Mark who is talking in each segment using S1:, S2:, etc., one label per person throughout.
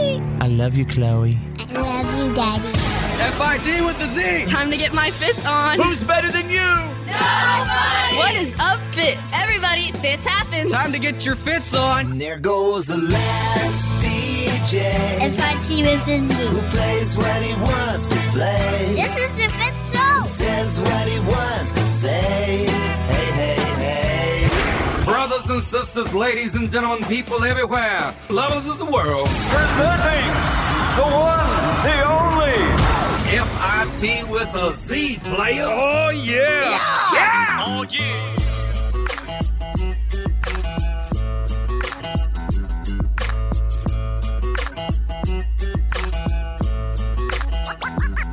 S1: love you, Chloe.
S2: I love you, Daddy.
S3: FIT with the Z.
S4: Time to get my fits on.
S3: Who's better than you?
S4: What is up, fits?
S5: Everybody, fits happens.
S3: Time to get your fits on.
S6: There goes the last DJ
S2: If I see with
S6: who
S2: the Z.
S6: plays what he wants to play,
S2: This is the fifth show.
S6: says what he wants to say. Hey, hey, hey.
S7: Brothers and sisters, ladies and gentlemen, people everywhere, lovers of the world,
S8: Presenting the one, the only.
S7: FIT with a Z player. Oh, yeah.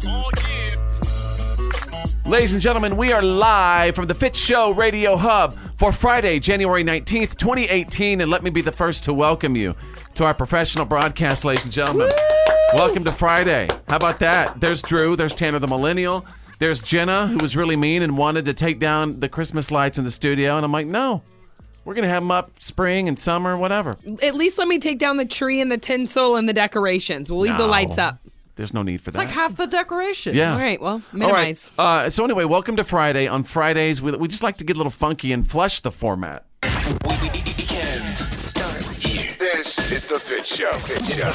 S9: Oh, Ladies and gentlemen, we are live from the Fit Show Radio Hub for Friday, January 19th, 2018. And let me be the first to welcome you to our professional broadcast, ladies and gentlemen. Welcome to Friday. How about that? There's Drew, there's Tanner the Millennial, there's Jenna, who was really mean and wanted to take down the Christmas lights in the studio. And I'm like, no, we're going to have them up spring and summer, whatever.
S10: At least let me take down the tree and the tinsel and the decorations. We'll leave the
S9: No.
S10: lights up.
S9: There's no need for that.
S3: half the decoration.
S9: yeah.
S10: All right, well,
S9: All right.
S10: minimize.
S9: Uh, so anyway, welcome to Friday. On Fridays, we, we just like to get a little funky and flush the format.
S8: This is the Fit Show.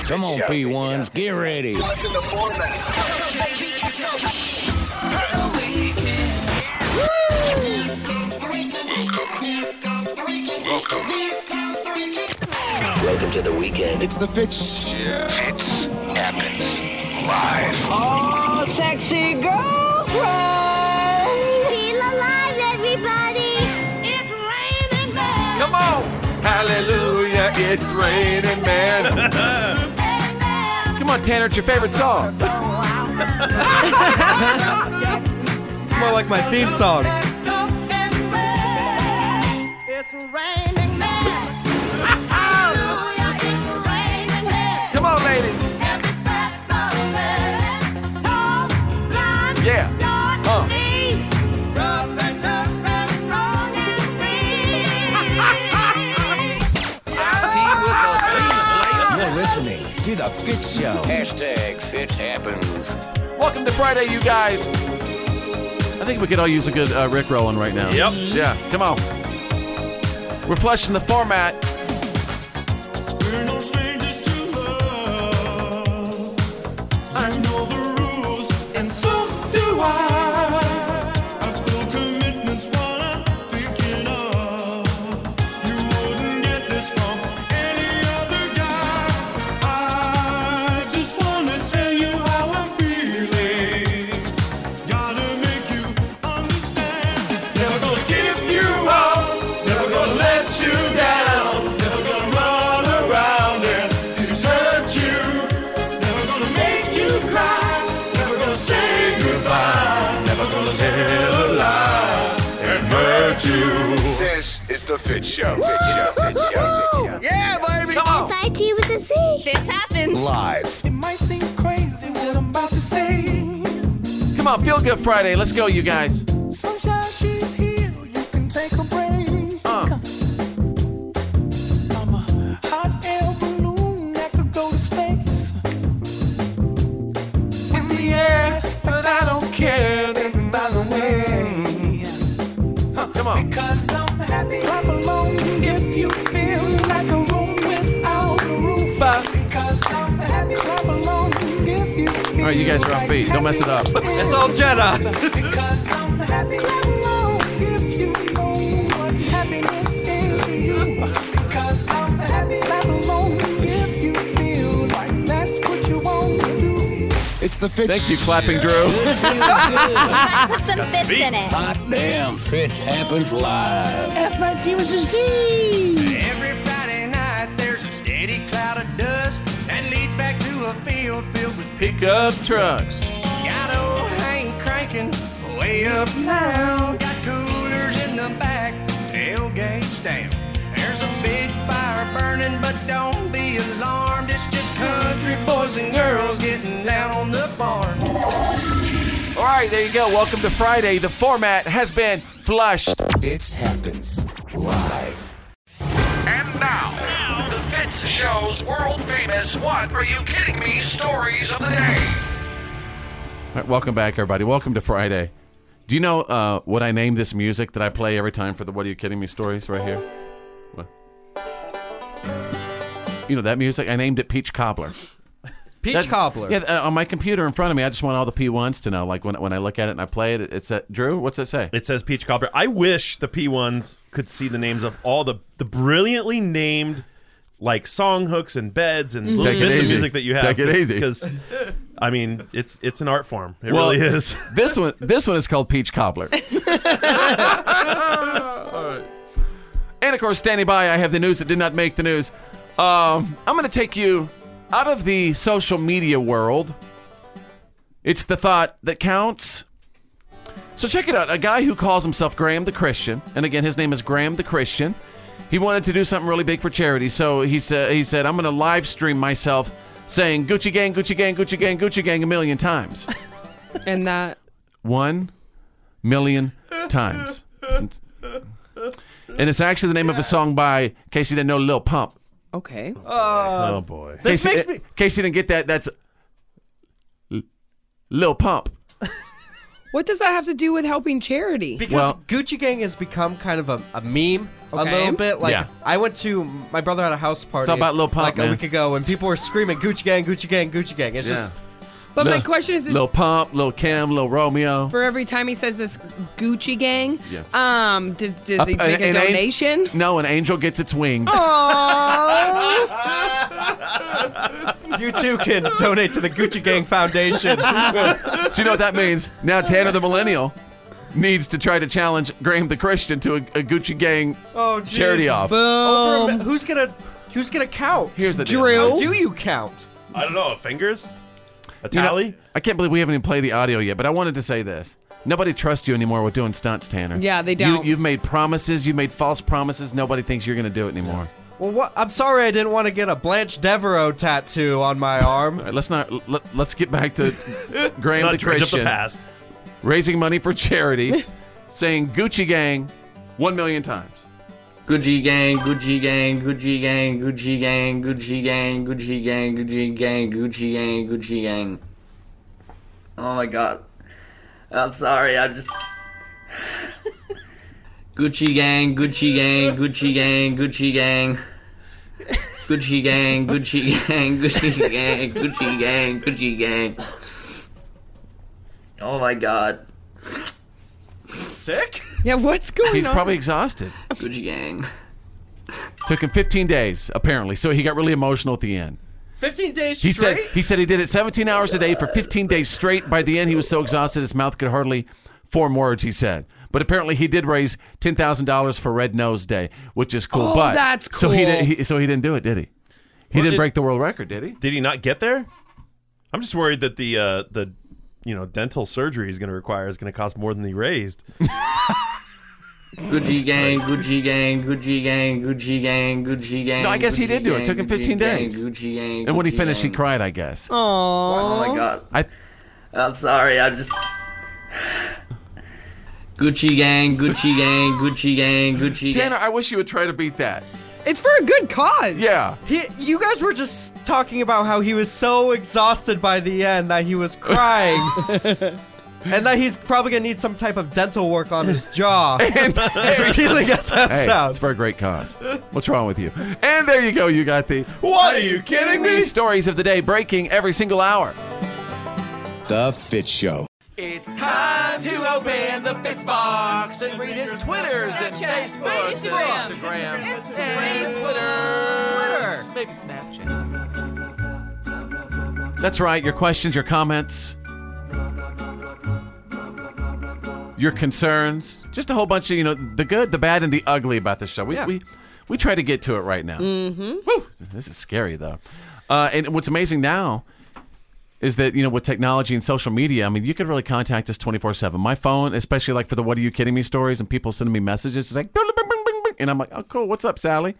S11: Come on, P1s, get ready.
S8: What's in the format?
S11: Welcome to the weekend.
S8: It's the Fit Show. Fits happens live.
S2: Feel alive, everybody.
S9: Come on! Hallelujah, it's raining, man. Come on, Tanner, it's your favorite song.
S3: It's more like my theme song.
S9: Come on, ladies. Yeah. Uh.
S11: You're listening to the Fit Show. Hashtag Fit Happens.
S9: Welcome to Friday, you guys. I think we could all use a good uh, Rick rolling right now.
S8: Yep.
S9: Yeah, come on. We're flushing the format.
S8: This is the Fit Show.
S3: Yeah, baby.
S9: Come on.
S2: FIT with the Z.
S5: Fits happens.
S11: Live.
S9: Come on, feel good Friday. Let's go, you guys. Uh. Come on. All right, you guys are off beat. Don't mess it up.
S3: It's all Jenna.
S8: It's the Fit
S9: Thank you, clapping Drew.
S11: It feels good.
S5: Put some fits in it.
S11: Hot damn, Fit Happens live.
S3: Every Friday night, there's a steady cloud of dust that leads back to a field filled with
S9: Pickup trucks.
S3: Got old Hank cranking way up now. Got coolers in the back, tailgates down. There's a big fire burning, but don't be alarmed. It's just country boys and girls getting down on the barn.
S9: All right, there you go. Welcome to Friday. The format has been flushed.
S11: It happens live.
S7: And now, the Fit
S12: Fitz Show's world famous What Are You Kidding Me stories of the day.
S9: All right, welcome back, everybody. Welcome to Friday. Do you know uh, what I name this music that I play every time for the What Are You Kidding Me stories right here? What? You know that music? I named it Peach Cobbler.
S1: Peach
S9: That-
S1: cobbler.
S9: Yeah, uh, on my computer in front of me, I just want all the P1s to know. Like when, when I look at it and I play it, it- it's a, Drew, what's it say?
S8: It says peach cobbler. I wish the P1s could see the names of all the the brilliantly named like song hooks and beds and
S9: Mhm.
S8: little
S9: Take it
S8: bits of
S9: easy.
S8: music that you have.
S9: Take it easy.
S8: Because I mean, it's it's an art form. It
S9: Well,
S8: really is.
S9: this one this one is called Peach Cobbler. And of course, standing by, I have the news that did not make the news. Um, I'm going to take you out of the social media world. It's the thought that counts. So check it out. A guy who calls himself Graham the Christian, and again, his name is Graham the Christian. He wanted to do something really big for charity, so he said, "He said I'm going to live stream myself saying Gucci Gang, Gucci Gang, Gucci Gang, Gucci Gang a million times."
S10: And uh, that
S9: One million times. And it's actually the name of a song by, in case you didn't know, Lil Pump.
S10: okay.
S9: Oh, boy. This
S10: makes
S9: me. In case you didn't get that, that's L- Lil Pump.
S10: What does that have to do with helping charity?
S1: Because Gucci Gang has become kind of a, a meme a
S10: Okay.
S1: little bit. Like
S9: Yeah.
S1: I went to my brother had a house party.
S9: about Lil Pump,
S1: like
S9: man.
S1: a week ago, and people were screaming Gucci Gang, Gucci Gang, Gucci Gang. It's just
S10: But my
S9: Lil-
S10: question is- is-
S9: Lil Pump, Lil Kim, Lil Romeo.
S10: For every time he says this Gucci gang,
S9: Yeah.
S10: um, does does he
S9: Uh,
S10: make a
S9: an- an an-
S10: donation?
S9: no, an angel gets its wings.
S1: you too can donate to the Gucci Gang Foundation.
S9: Oh, so you know what that means? Now Tanner the Millennial needs to try to challenge Graham the Christian to a, a Gucci Gang
S1: Oh, geez.
S9: charity off.
S1: Over a mi- who's gonna Who's gonna count?
S9: Here's the deal. Drew.
S1: How do you count?
S8: I don't know. Fingers. A
S9: You know,
S8: tally.
S9: I can't believe we haven't even played the audio yet, but I wanted to say this. Nobody trusts you anymore with doing stunts, Tanner.
S1: Yeah, they
S9: You-
S1: don't.
S9: you've made promises. You've made false promises. Nobody thinks you're going to do it anymore.
S1: Well, what? I'm sorry, I didn't want to get a Blanche Devereaux tattoo on my arm.
S9: All right, let's not. Let, us get back to Graham
S8: Not
S9: the
S8: dredge up the
S9: Christian.
S8: past.
S9: Raising money for charity, saying Gucci Gang one million times.
S13: Gucci gang, Gucci gang, Gucci gang, Gucci gang, Gucci gang, Gucci gang, Gucci gang, Gucci gang, Gucci gang. Oh my god. I'm sorry, I'm just. Gucci gang, Gucci gang, Gucci gang, Gucci gang. Gucci gang, Gucci gang, Gucci gang, Gucci gang, Gucci gang. Oh my god.
S1: Sick?
S10: Yeah, what's going
S9: He's
S10: on?
S9: probably exhausted.
S13: Gucci gang.
S9: Took him 15 days apparently, so he got really emotional at the end.
S1: 15 days
S9: He
S1: straight.
S9: said he said he did it 17 hours a day for 15 days straight. By the end, he was so exhausted his mouth could hardly form words. He said, but apparently he did raise ten thousand dollars for Red Nose Day, which is cool.
S8: Oh,
S9: but
S8: that's
S9: So he,
S8: cool.
S9: did, he so he didn't do it, did he? He
S8: Well,
S9: didn't
S8: it-
S9: break the world record, did he?
S8: Did he not get there? I'm just worried that the uh, the you know dental surgery he's going to require is going to cost more than he raised.
S13: Gucci gang, Gucci gang, Gucci gang, Gucci gang, Gucci gang.
S9: No, I guess he
S13: Gucci
S9: did do it.
S13: gang,
S9: Took him
S13: Gucci
S9: 15
S13: gang,
S9: days.
S13: Gucci gang.
S9: And when he
S13: Gucci
S9: finished, he
S13: gang.
S9: cried. I guess.
S13: Oh my god.
S9: I
S13: I'm sorry. I'm just. Gucci gang, Gucci gang, Gucci gang, Gucci gang.
S9: Tanner, I wish you would try to beat that.
S10: It's for a good cause.
S9: Yeah.
S1: He, you guys were just talking about how he was so exhausted by the end that he was crying. and that he's probably going to need some type of dental work on his jaw. For healing us that
S9: hey,
S1: sounds.
S9: It's for a great cause. What's wrong with you? And there you go. You got the What are you kidding me? Stories of the day breaking every single hour.
S14: The Fit Show.
S9: It's time to open the Fitz box and read his Twitters and Facebooks and Instagrams. and Twitters. Maybe Snapchat. That's right. Your questions, your comments, your concerns, just a whole bunch of you know the good, the bad, and the ugly about this show. We we we try to get to it right now.
S10: Mm-hmm.
S9: Woo! This is scary though, uh, and what's amazing now is that you know with technology and social media, I mean, you could really contact us twenty four seven. My phone, especially like for the "What are you kidding me?" stories, and people sending me messages, it's like, "Bing, bing, bing, bing, bing," and I'm like, "Oh, cool. What's up, Sally?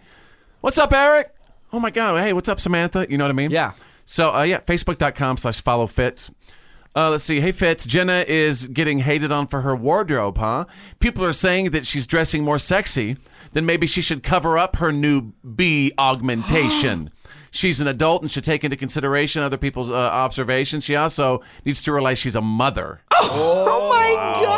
S9: What's up, Eric? Oh my God. Hey, what's up, Samantha? You know what I mean? Yeah. So uh, yeah, Facebook.com/slash follow fits. Uh, let's see. Hey, Fitz. Jenna is getting hated on for her wardrobe, huh? People are saying that she's dressing more sexy. Then maybe she should cover up her new B augmentation. she's an adult and should take into consideration other people's uh, observations. She also needs to realize she's a mother.
S10: Oh my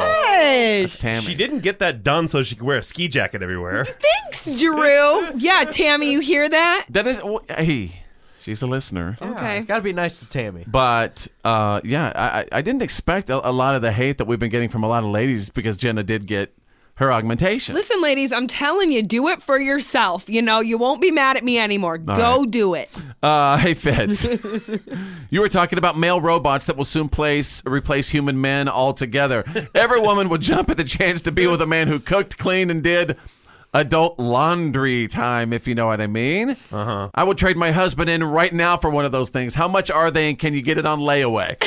S10: gosh.
S8: She didn't get that done so she could wear a ski jacket everywhere.
S10: Thanks, Drew. Yeah, Tammy, you hear that?
S9: That is, well, hey, she's a listener.
S10: Okay.
S1: Gotta be nice to Tammy.
S9: But uh, yeah, I, I- I didn't expect a, a lot of the hate that we've been getting from a lot of ladies because Jenna did get her augmentation.
S10: Listen, ladies, I'm telling you, do it for yourself. You know, you won't be mad at me anymore.
S9: All
S10: Go
S9: right.
S10: do it.
S9: Uh, hey, Feds. you were talking about male robots that will soon place replace human men altogether. Every woman would jump at the chance to be with a man who cooked, cleaned, and did adult laundry time, if you know what I mean. Uh-huh. I would trade my husband in right now for one of those things. How much are they, and can you get it on layaway?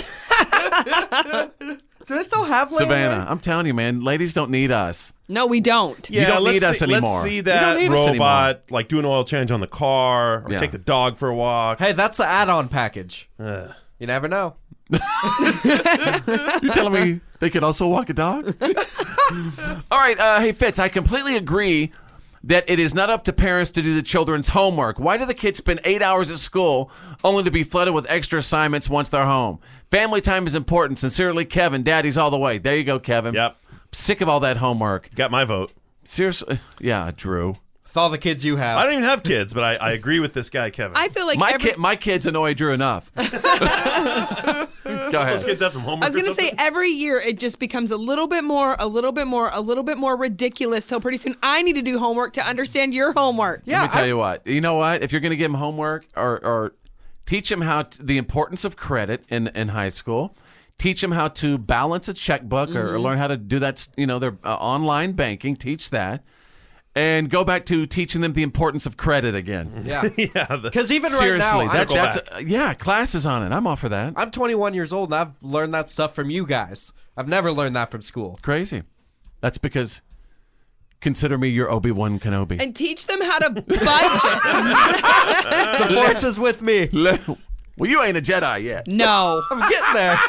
S1: Do they still have
S9: Savannah, I'm telling you, man, ladies don't need us.
S10: No, we don't.
S9: You don't
S8: let's
S9: need us
S8: see,
S9: anymore.
S8: Let's see
S9: You
S8: that
S9: don't need us
S8: robot like do an oil change on the car or
S9: Yeah.
S8: take the dog for a walk.
S1: Hey, that's the add-on package. You never know.
S9: You're telling me they could also walk a dog? All right, uh, hey Fitz, I completely agree that it is not up to parents to do the children's homework. Why do the kids spend eight hours at school only to be flooded with extra assignments once they're home? Family time is important. Sincerely, Kevin, Daddy's all the way. There you go, Kevin. Yep. Sick of all that homework.
S8: Got my vote.
S9: Seriously, yeah, Drew.
S1: With all the kids you have,
S8: I don't even have kids, but I, I agree with this guy, Kevin.
S10: I feel like
S9: my
S10: every-
S9: kid, my kids annoy Drew enough. go ahead.
S8: Those kids have some homework.
S10: I was
S8: or
S10: gonna say
S8: something?
S10: every year it just becomes a little bit more, a little bit more, a little bit more ridiculous. Till pretty soon I need to do homework to understand your homework.
S9: Let me tell you what. You know what? If you're going to give them homework or, or teach them how to, the importance of credit in, in high school, teach them how to balance a checkbook or, or
S15: Mhm.
S9: learn how to do that, you know, their uh, online banking, teach that. And go back to teaching them the importance of credit again.
S1: Yeah.
S8: yeah.
S1: Because even right now,
S9: Seriously,
S1: I'm-
S9: that's, that's uh, yeah, classes on it. I'm all for that.
S1: I'm 21 years old and I've learned that stuff from you guys. I've never learned that from school.
S9: Crazy. That's because consider me your Obi Wan Kenobi.
S10: And teach them how to budget.
S1: the voice is with me.
S9: well, you ain't a Jedi yet.
S10: no,
S1: I'm getting there.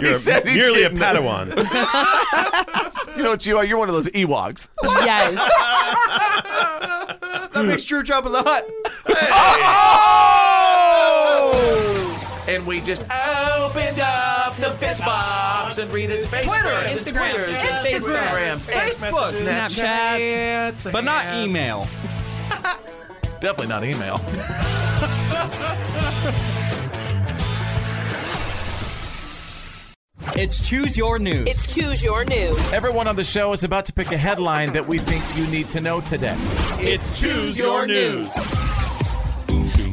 S9: He said he's
S8: merely a
S9: getting there.
S8: Padawan.
S9: you know what you are? You're one of those Ewoks.
S10: yes.
S1: That makes Drew jump in the hut.
S9: And we just opened up the Fitz box and read his Facebook,
S15: Twitter, Instagram, Instagram, Facebook, Snapchat, but not email.
S9: Definitely not email.
S15: It's choose your news.
S16: It's Choose Your News.
S9: Everyone on the show is about to pick a headline that we think you need to know today.
S15: It's Choose Your News.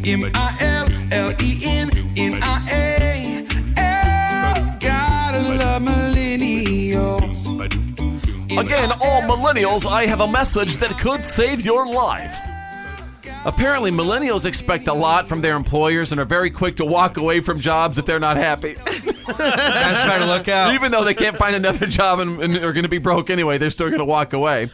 S15: M I L L E N N
S10: uh,
S15: I A. L. Gotta love millennials.
S9: Again, all millennials, I have a message that could save your life. Apparently, millennials expect a lot from their employers and are very quick to walk away from jobs if they're not happy.
S1: Guys better look
S8: Oh.
S1: out.
S9: Even though they can't find another job and, and are going to be broke anyway, they're still going to walk away.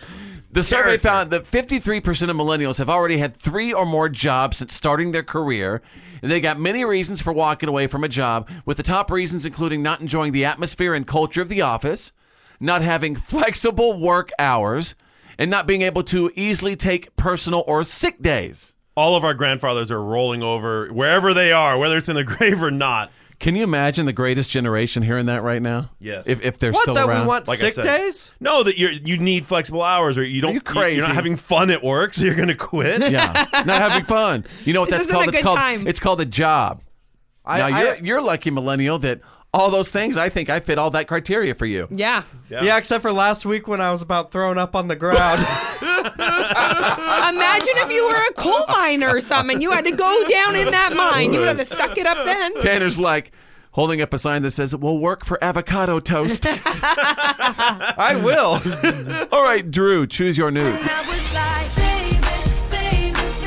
S9: The survey found that 53% of millennials have already had three or more jobs since starting their career, and they got many reasons for walking away from a job, with the top reasons including not enjoying the atmosphere and culture of the office, not having flexible work hours, and not being able to easily take personal or sick days.
S8: All of our grandfathers are rolling over wherever they are, whether it's in the grave or not.
S9: Can you imagine the greatest generation hearing that right now?
S8: Yes.
S9: If, if they're still around.
S8: Like I said. No, that you you need flexible hours, or you don't. you
S9: crazy?
S8: You're not having fun at work, so you're gonna quit.
S9: Yeah, not having fun. You know what
S8: This
S9: that's
S8: isn't
S9: called?
S8: a
S9: It's
S8: good
S9: called
S8: time.
S9: it's called a job.
S1: I-
S9: now
S1: I-
S9: you're you're lucky millennial that all those things. I think I fit all that criteria for you.
S10: Yeah.
S1: yeah. except for last week when I was about thrown up on the ground.
S10: Imagine if you were a coal miner or something and you had to go down in that mine. You would have to suck it up then.
S9: Tanner's like holding up a sign that says "We'll work for avocado toast." I
S1: will.
S9: all right, Drew, choose your news.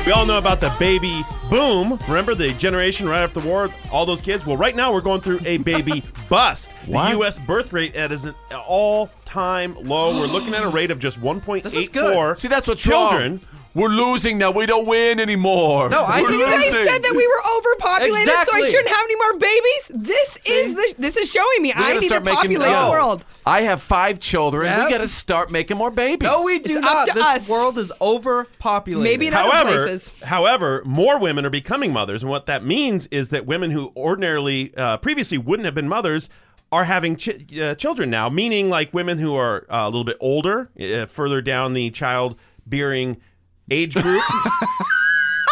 S8: We all know about the baby boom. Remember the generation right after the war, all those kids? Well, right now we're going through a baby bust.
S9: What?
S8: The U.S. birth rate at is an all time low. We're looking at a rate of just
S9: good.
S8: 1.84.
S9: See, that's what's
S8: children
S9: We're losing now. We don't win anymore.
S10: No,
S9: We're
S10: You guys
S9: losing."
S10: said that we were overpopulated, so I
S9: Exactly.
S10: shouldn't have any more babies. This is the. This is showing me
S9: We gotta
S10: I need to
S9: start making-
S10: populate
S9: Yeah.
S10: the world.
S9: I have five children.
S10: Yep.
S9: We got to start making more babies.
S1: No, we do not. this world is overpopulated.
S8: however, however, more women are becoming mothers, and what that means is that women who ordinarily uh, previously wouldn't have been mothers are having ch- uh, children now. Meaning, like women who are uh, a little bit older, uh, further down the child bearing age group.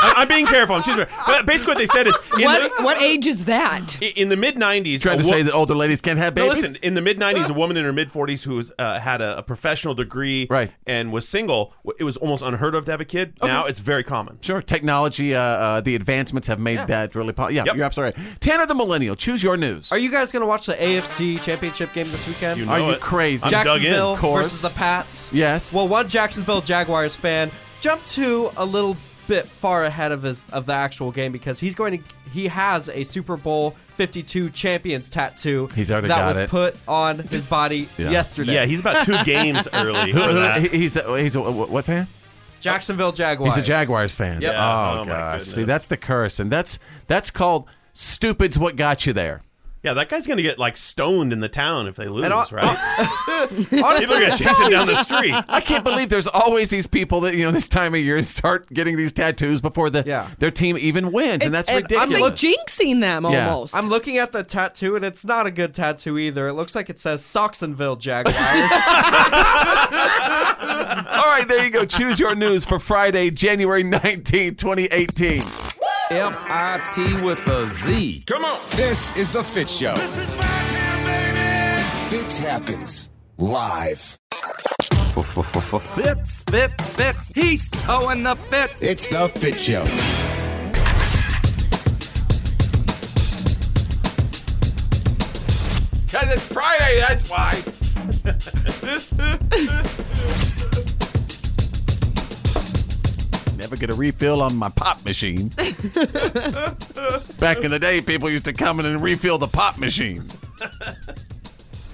S8: I- I'm being careful. I'm choosing. But basically, what they said is in
S10: What,
S8: the-
S10: what age is that?
S8: I- in the mid '90s,
S9: Trying
S8: a
S9: to
S8: wo-
S9: say that older ladies can't have
S8: no,
S9: babies.
S8: listen. In the mid '90s, a woman in her mid 40s who was, uh, had a, a professional degree and was single, w- it was almost unheard of to have a kid. Now it's very common.
S9: Sure, technology, uh, uh, the advancements have made that really possible. Yeah,
S8: Yep.
S9: you're absolutely right. Tanner the Millennial, choose your news.
S1: Are you guys gonna watch the AFC Championship game this weekend?
S9: You know Are you it. crazy? I'm dug in.
S1: Jacksonville
S9: Of course.
S1: versus the Pats.
S9: Yes.
S1: Well, one Jacksonville Jaguars fan jumped to a little bit far ahead of his of the actual game because he's going to he has a Super Bowl 52 champions tattoo.
S9: He's already
S1: that
S9: got
S1: was
S9: it.
S1: put on his body
S9: Yeah.
S1: yesterday.
S9: Who- who- he- He's a, he's a wh- what fan?
S1: Jacksonville Jaguars.
S9: He's a Jaguars fan.
S1: Yep.
S9: Oh,
S1: Oh, my
S9: gosh,
S1: goodness.
S9: see that's the curse, and that's that's called stupid's what got you there.
S8: Yeah, that guy's gonna get like stoned in the town if they lose,
S9: all-
S8: right?
S9: Honestly,
S8: People are gonna chase him down the street.
S9: I can't believe there's always these people that you know this time of year start getting these tattoos before the their team even wins, and that's ridiculous.
S10: It's like jinxing them
S9: Yeah.
S10: almost.
S1: I'm looking at the tattoo and it's not a good tattoo either. It looks like it says Soxonville Jaguars.
S9: All right, there you go. Choose your news for Friday, January 19, 2018.
S7: F I T with a Z.
S14: Come on. This is The Fit Show. This is my town, baby. Fits happens live.
S7: Fits, fits, fits. He's towing the fits.
S14: It's The Fit Show.
S9: Because it's Friday, that's why. Never get a refill on my pop machine. Back in the day, people used to come in and refill the pop machine.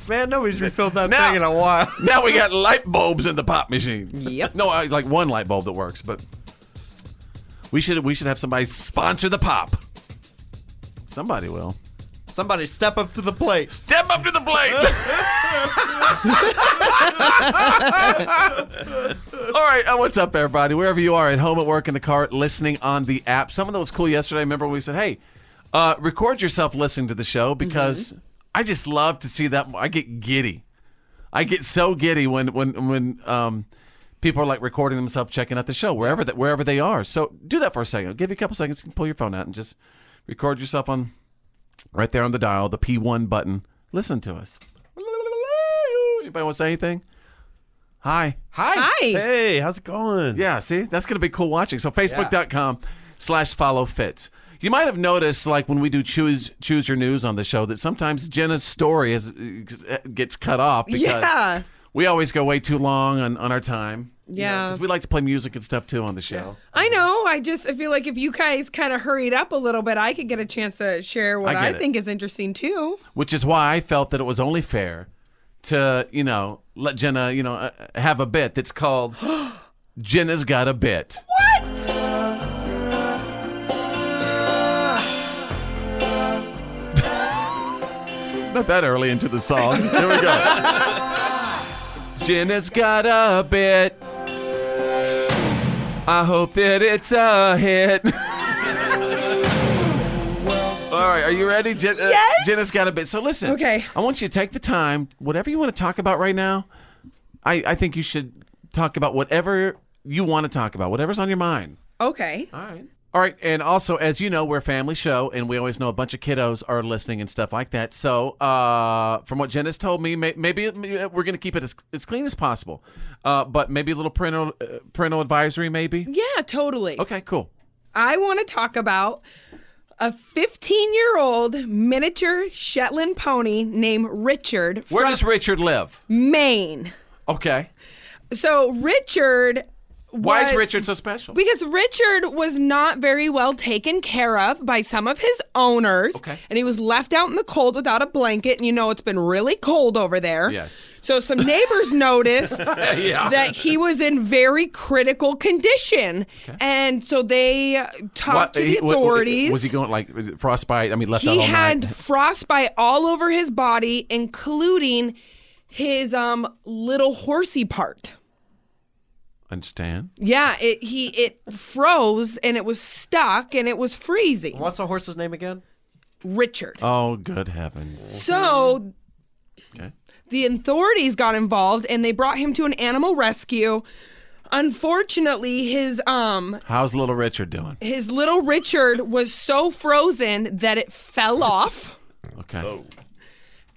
S1: Man, nobody's refilled that
S9: Now-
S1: thing in a while.
S9: Now we got light bulbs in the pop machine. Yep. No, I, like one light bulb that works, but we should we should have somebody sponsor the pop. Somebody will.
S1: Somebody step up to the plate.
S9: Step up to the plate. All right, uh, what's up, everybody? Wherever you are, at home, at work, in the car, listening on the app. Something that was cool yesterday. Remember we said, "Hey, uh, record yourself listening to the show," because I just love to see that. I get giddy. I get so giddy when when when um, people are like recording themselves, checking out the show wherever that wherever they are. So do that for a second. I'll give you a couple seconds. You can pull your phone out and just record yourself on right there on the dial, the P1 button. Listen to us. Anybody want to say anything? Hi.
S1: Hi. Hi.
S9: Hey, how's it going? Yeah, see, that's going to be cool watching. So facebook.com slash follow fits. You might have noticed, like when we do choose choose your news on the show, that sometimes Jenna's story is uh, gets cut off because
S10: Yeah.
S9: we always go way too long on, on our time. You know,
S10: Yeah.
S9: 'cause we like to play music and stuff too on the show.
S10: I know. I just I feel like if you guys kind of hurried up a little bit, I could get a chance to share what
S9: I
S10: I,
S9: get it.
S10: think is interesting too.
S9: which is why I felt that it was only fair to, you know, let Jenna, you know, uh, have a bit that's called Jenna's Got a Bit. What? Not that early into the song. Here we go. Jenna's got a bit. I hope that it's a hit. All right, are you ready? Jen- uh, Jenna's got a bit. So listen. Okay. I want you to take the time, whatever you want to talk about right now. I, I think you should talk about whatever you want to talk about, whatever's on your mind.
S10: Okay. All right.
S9: All right, and also as you know, we're a family show, and we always know a bunch of kiddos are listening and stuff like that. So, uh, from what Jenna's told me, may- maybe it- we're going to keep it as, as clean as possible, uh, but maybe a little parental uh, parental advisory, maybe.
S10: Yeah, totally.
S9: Okay, cool.
S10: I want to talk about a 15 year old miniature Shetland pony named Richard
S9: Where
S10: from
S9: does Richard live?
S10: Maine.
S9: Okay.
S10: So Richard
S9: Why is
S10: what-
S9: Richard so special?
S10: Because Richard was not very well taken care of by some of his owners.
S9: Okay.
S10: And he was left out in the cold without a blanket. And you know, it's been really cold over there.
S9: Yes.
S10: So some neighbors noticed
S9: Yeah.
S10: that he was in very critical condition. And so they uh, talked
S9: Why-
S10: to the
S9: he- wa- wa-
S10: authorities.
S9: Was he going like frostbite? I mean, left out
S10: he
S9: all
S10: had
S9: night.
S10: frostbite all over his body, including his um little horsey part.
S9: Understand?
S10: Yeah, it he it froze and it was stuck and it was freezing.
S1: What's the horse's name again?
S10: Richard.
S9: Oh, good heavens.
S10: So
S9: Okay.
S10: the authorities got involved and they brought him to an animal rescue. Unfortunately, his um
S9: How's little Richard doing?
S10: his little Richard was so frozen that it fell off.
S9: Okay.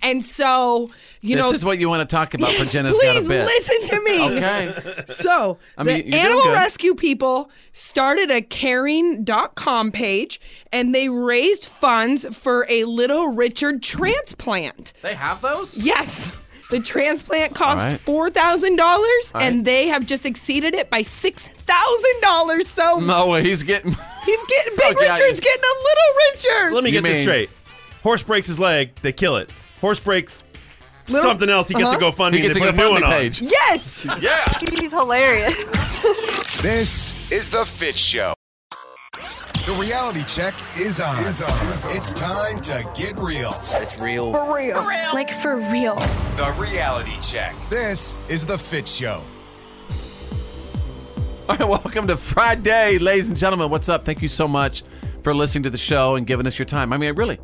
S10: And so, Oh. you
S9: this
S10: know,
S9: is what you want to talk about
S10: Yes,
S9: for Jenna's
S10: please
S9: got a bit.
S10: listen to me.
S9: Okay.
S10: So
S9: I mean, you're
S10: the
S9: doing
S10: animal
S9: good.
S10: rescue people started a caring.com page and they raised funds for a little Richard transplant.
S1: They have those?
S10: Yes. The transplant cost
S1: right.
S10: $4,000
S9: All
S10: and
S9: right.
S10: they have just exceeded it by $6,000. So
S9: No way. He's getting.
S10: he's getting, Big
S9: Okay, I-
S10: Richard's getting a little Richard.
S8: Let me
S9: You
S8: get this
S9: mean-
S8: straight. Horse breaks his leg, they kill it. Horse breaks something else, he gets
S10: uh-huh.
S8: to go fund
S9: He gets
S8: they
S9: a
S8: put a new
S9: GoFundMe
S8: one on.
S9: page.
S10: Yes.
S9: yeah.
S11: He's hilarious.
S14: This is The Fit Show. The reality check is on. It's time to get real. It's real.
S16: real. Like for real.
S14: The reality check. This is The Fit Show.
S9: All right, welcome to Friday, ladies and gentlemen. What's up? Thank you so much for listening to the show and giving us your time. I mean, really,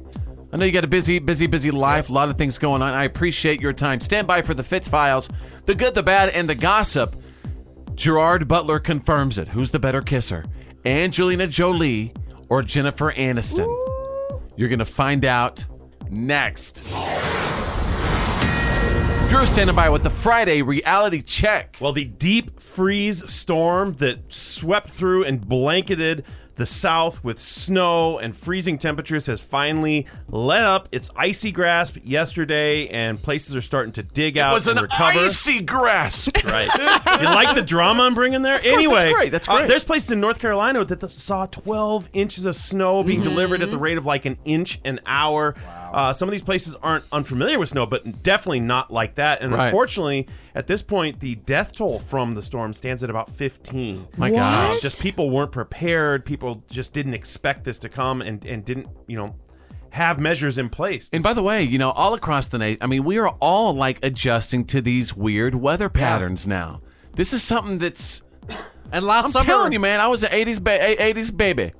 S9: I know you got a busy, busy, busy life, a lot of things going on. I appreciate your time. Stand by for the Fitz files, the good, the bad, and the gossip. Gerard Butler confirms it. Who's the better kisser, Angelina Jolie or Jennifer Aniston? You're gonna find out next. Drew standing by with the Friday reality check.
S8: Well, the deep freeze storm that swept through and blanketed the South with snow and freezing temperatures has finally let up its icy grasp yesterday, and places are starting to dig out
S9: was
S8: and
S9: an
S8: recover.
S9: icy grasp.
S8: Right. you like the drama I'm bringing there?
S9: course, that's
S8: anyway,
S9: great, that's
S8: uh,
S9: great.
S8: there's places in North Carolina that th- saw 12 inches of snow being
S9: Mhm.
S8: delivered at the rate of like an inch an hour. Uh, some of these places aren't unfamiliar with snow, but definitely not like that. And
S9: Right.
S8: unfortunately, at this point, the death toll from the storm stands at about 15.
S9: My God.
S8: Uh, Just people weren't prepared. People just didn't expect this to come and, and didn't, you know, have measures in place.
S9: And by the way, you know, all across the nation, I mean, we are all like adjusting to these weird weather patterns now. This is something that's.
S1: And last
S9: I'm
S1: summer-
S9: telling you, man, I was an 80s, ba- a- 80s baby.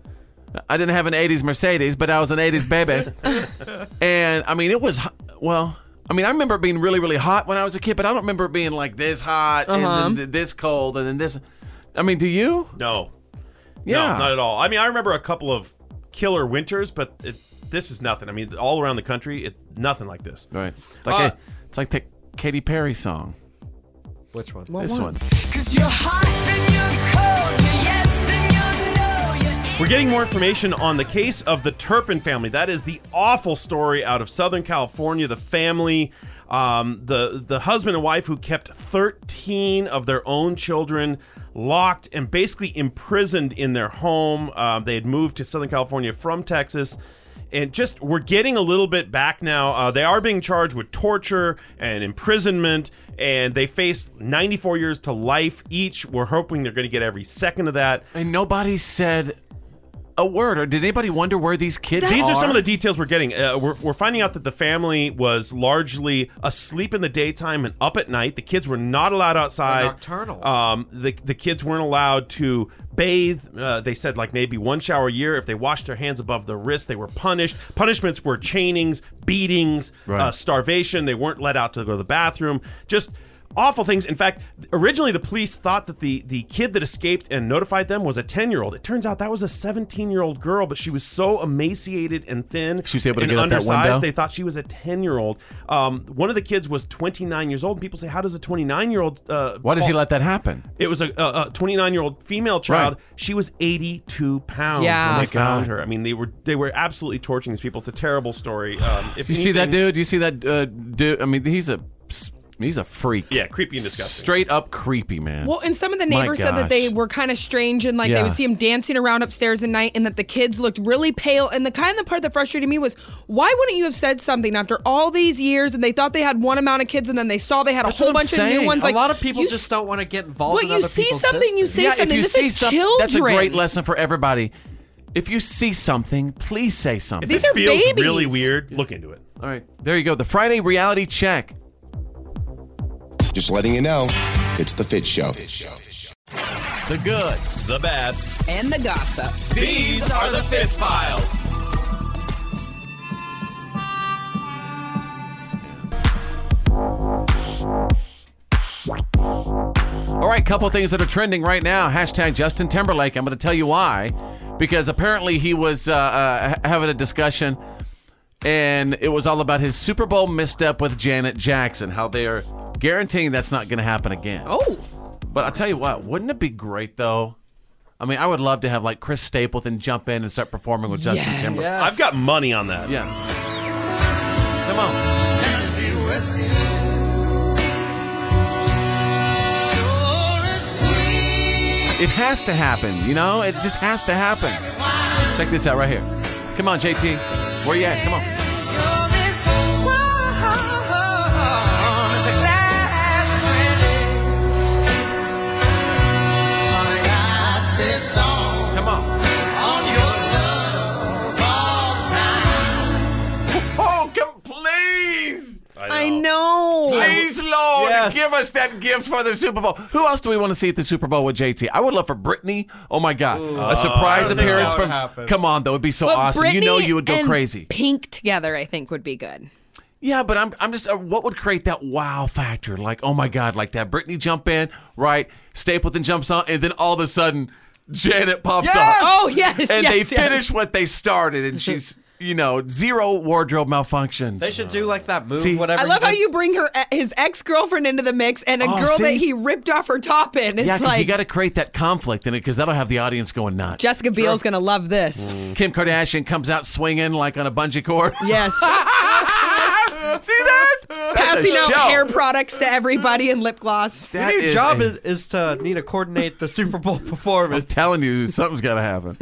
S9: I didn't have an 80s Mercedes, but I was an 80s baby. and I mean, it was, hot- well, I mean, I remember it being really, really hot when I was a kid, but I don't remember it being like this hot
S8: Uh-huh.
S9: and then th- this cold and then this. I mean, do you?
S8: No.
S9: Yeah.
S8: No, not at all. I mean, I remember a couple of killer winters, but it, this is nothing. I mean, all around the country, it nothing like this.
S9: Right. It's like, a- it's like the Katy Perry song.
S1: Which one?
S9: this one.
S16: Cause you're hot and you're cold. You're yes, then you're no. You're
S8: We're getting more information on the case of the Turpin family. That is the awful story out of Southern California. The family, um, the the husband and wife who kept 13 of their own children locked and basically imprisoned in their home. Um, they had moved to Southern California from Texas. And just we're getting a little bit back now. Uh, they are being charged with torture and imprisonment, and they face 94 years to life each. We're hoping they're going to get every second of that.
S9: And nobody said a word, or did anybody wonder where these kids
S8: These
S9: are?
S8: are some of the details we're getting. Uh, we're, we're finding out that the family was largely asleep in the daytime and up at night. The kids were not allowed outside.
S1: nocturnal.
S8: Um, the, the kids weren't allowed to bathe. Uh, they said, like, maybe one shower a year. If they washed their hands above the wrist, they were punished. Punishments were chainings, beatings, uh, starvation. They weren't let out to go to the bathroom. Just awful things. In fact, originally the police thought that the, the kid that escaped and notified them was a 10 year old. It turns out that was a 17 year old girl, but she was so emaciated and thin.
S9: She was able to
S8: and
S9: get out that
S8: undersized,
S9: window?
S8: They thought she was a 10 year old. Um, one of the kids was 29 years old. People say, how does a 29 year old. Uh,
S9: Why does he
S8: fall-
S9: let that happen?
S8: it was a 29 year old female child.
S9: Right.
S8: She was 82 pounds
S9: Yeah.
S8: when
S9: My
S8: they found
S9: God.
S8: her. I mean, they were they were absolutely torturing these people. It's a terrible story. Um, if
S9: you see that
S8: anything-
S9: dude? You see that uh, dude? I mean, he's a s- He's a freak. Yeah,
S8: creepy and disgusting.
S9: Straight up creepy, man.
S10: Well, and some of the
S9: My
S10: neighbors said that they were kind of strange and like they
S9: Yeah.
S10: would see him dancing around upstairs at night and that the kids looked really pale. And the kind of the part that frustrated me was why wouldn't you have said something after all these years and they thought they had one amount of kids and then they saw they had a whole bunch of new ones?
S1: a
S10: like
S1: lot of people
S10: you
S1: just don't want to get involved.
S10: Well,
S1: in
S10: you
S1: other
S10: see
S1: people's
S10: something, you
S1: business.
S10: say
S9: yeah,
S10: something.
S9: If you
S10: This
S9: see
S10: is
S9: some-
S10: children.
S9: That's a great lesson for everybody. If you see something, please say something.
S10: These If it are feels babies. really
S8: weird. Look into it.
S9: All right, there you go. The Friday reality check.
S14: Just letting you know, it's the Fit Show.
S9: The good,
S8: the bad,
S17: And the gossip.
S9: These are the Fist Files. All right, couple things that are trending right now. Hashtag Justin Timberlake. I'm going to tell you why, because apparently he was uh, uh, ha- having a discussion, and it was all about his Super Bowl misstep with Janet Jackson. How they are guaranteeing that's not going to happen again.
S10: Oh,
S9: but I'll tell you what. Wouldn't it be great though? I mean, I would love to have like Chris Stapleton jump in and start performing with Justin
S8: Yes.
S9: Timberlake.
S8: Yes. I've got money on that.
S9: Yeah. Come on. It has to happen, you know? It just has to happen. Check this out right here. Come on, JT. Where you at? Come on. Come on. Oh, come, please.
S10: I know.
S9: Please, Lord, give us that gift for the Super Bowl. Who else do we want to see at the Super Bowl with JT? I would love for Britney. Oh my God, a surprise
S8: I don't think
S9: appearance
S8: that would
S9: from.
S8: happen.
S9: Come on, though, it'd be so
S10: But
S9: awesome. you know,
S10: Britney
S9: you would go
S10: and
S9: crazy.
S10: Pink together, I think, would be good.
S9: Yeah, but I'm I'm just uh, what would create that wow factor? Like, oh my God, like that. Britney jump in, right? Stapleton jumps on, and then all of a sudden, Janet pops
S10: Yes!
S9: on.
S10: Oh, yes,
S9: and
S10: yes,
S9: they
S10: yes.
S9: finish what they started, and she's you know zero wardrobe malfunctions.
S1: They should do like that move,
S9: See?
S1: whatever.
S10: I love how you bring her eh, his ex girlfriend into the mix and a
S9: Oh,
S10: girl that
S9: see?
S10: he ripped off her top in. It's
S9: yeah, because
S10: like
S9: you got to create that conflict in it because that'll have the audience going nuts.
S10: Jessica Biel's gonna love this.
S9: Kim Kardashian comes out swinging like on a bungee cord.
S10: Yes.
S9: See that?
S10: Passing
S9: a
S10: out
S9: show.
S10: hair products to everybody and lip gloss.
S1: Your new job is, is to need to coordinate the Super Bowl performance. I'm
S9: telling you, something's got to happen.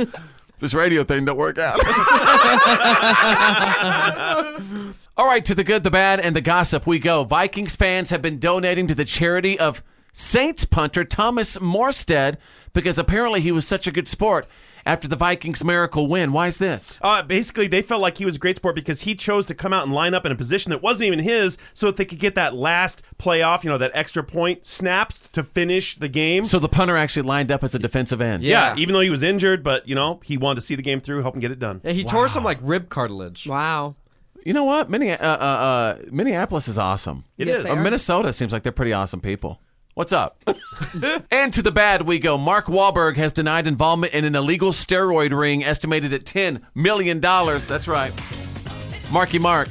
S9: this radio thing don't work out. All right, to the good, the bad, and the gossip we go. Vikings fans have been donating to the charity of Saints punter Thomas Morstead because apparently he was such a good sport after the Vikings' miracle win. Why is this?
S8: Uh, basically, they felt like he was a great sport because he chose to come out and line up in a position that wasn't even his so that they could get that last playoff, you know, that extra point snaps to finish the game.
S9: So the punter actually lined up as a defensive end.
S8: yeah. even though he was injured, but, you know, he wanted to see the game through, help him get it done.
S1: Yeah, he tore some like rib cartilage.
S10: Wow.
S9: You know what? Minne- uh, uh, uh, Minneapolis is awesome.
S1: It Yes, is. they
S9: Uh,
S1: are.
S9: Minnesota seems like they're pretty awesome people. What's up? and to the bad we go. Mark Wahlberg has denied involvement in an illegal steroid ring estimated at $10 million. That's right. Marky Mark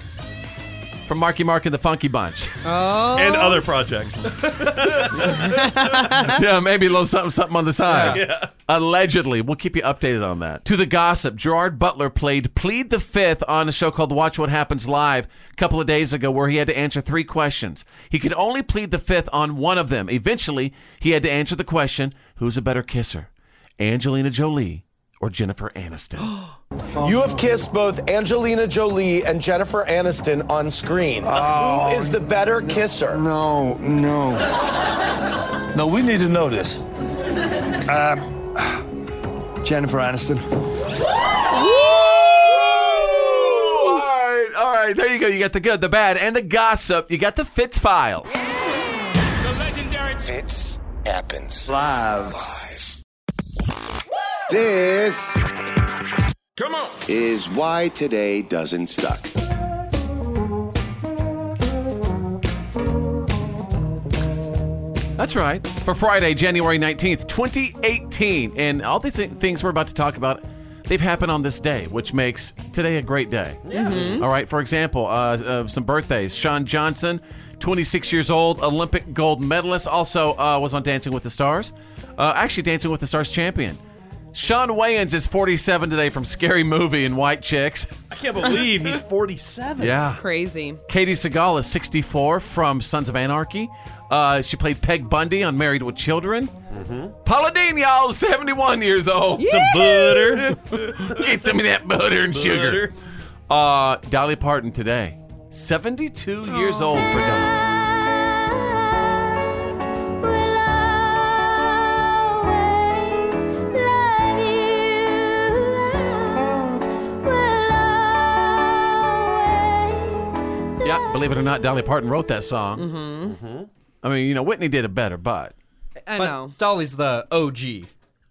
S9: from Marky Mark and the Funky Bunch.
S10: Oh.
S8: And other projects.
S9: yeah, maybe a little something, something on the side.
S8: Yeah. Yeah.
S9: Allegedly. We'll keep you updated on that. To the gossip, Gerard Butler played Plead the Fifth on a show called Watch What Happens Live a couple of days ago, where he had to answer three questions. He could only plead the fifth on one of them. Eventually, he had to answer the question who's a better kisser, Angelina Jolie or Jennifer Aniston?
S18: You have kissed both Angelina Jolie and Jennifer Aniston on screen.
S14: Oh.
S18: Who is the better kisser?
S12: No, Oh, no. No, we need to know this. Um, Jennifer Aniston.
S9: all right, all right. There you go. You got the good, the bad, and the gossip. You got the Fitz files.
S14: Fits happens
S12: live.
S14: Live. This. Come on. Is why today doesn't suck.
S9: That's right. For Friday, January 19th, 2018. And all the th- things we're about to talk about, they've happened on this day, which makes today a great day. All right, for example, uh, uh, some birthdays. Sean Johnson, 26 years old, Olympic gold medalist, also uh, was on Dancing with the Stars. Uh, actually, Dancing with the Stars champion. Sean Wayans is 47 today from Scary Movie and White Chicks.
S8: I can't believe he's 47.
S9: Yeah.
S10: It's crazy.
S9: Katie Segal is 64 from Sons of Anarchy. Uh, she played Peg Bundy on Married with Children. Paula Dean, y'all, is 71 years old.
S16: Some Yay!
S9: butter. Get some of that butter and sugar. Uh, Dolly Parton today, 72 years old for Dolly. Yeah, believe it or not, Dolly Parton wrote that song.
S10: Mm-hmm.
S9: I mean, you know, Whitney did it better, but
S10: I
S1: But
S10: know.
S1: Dolly's the OG,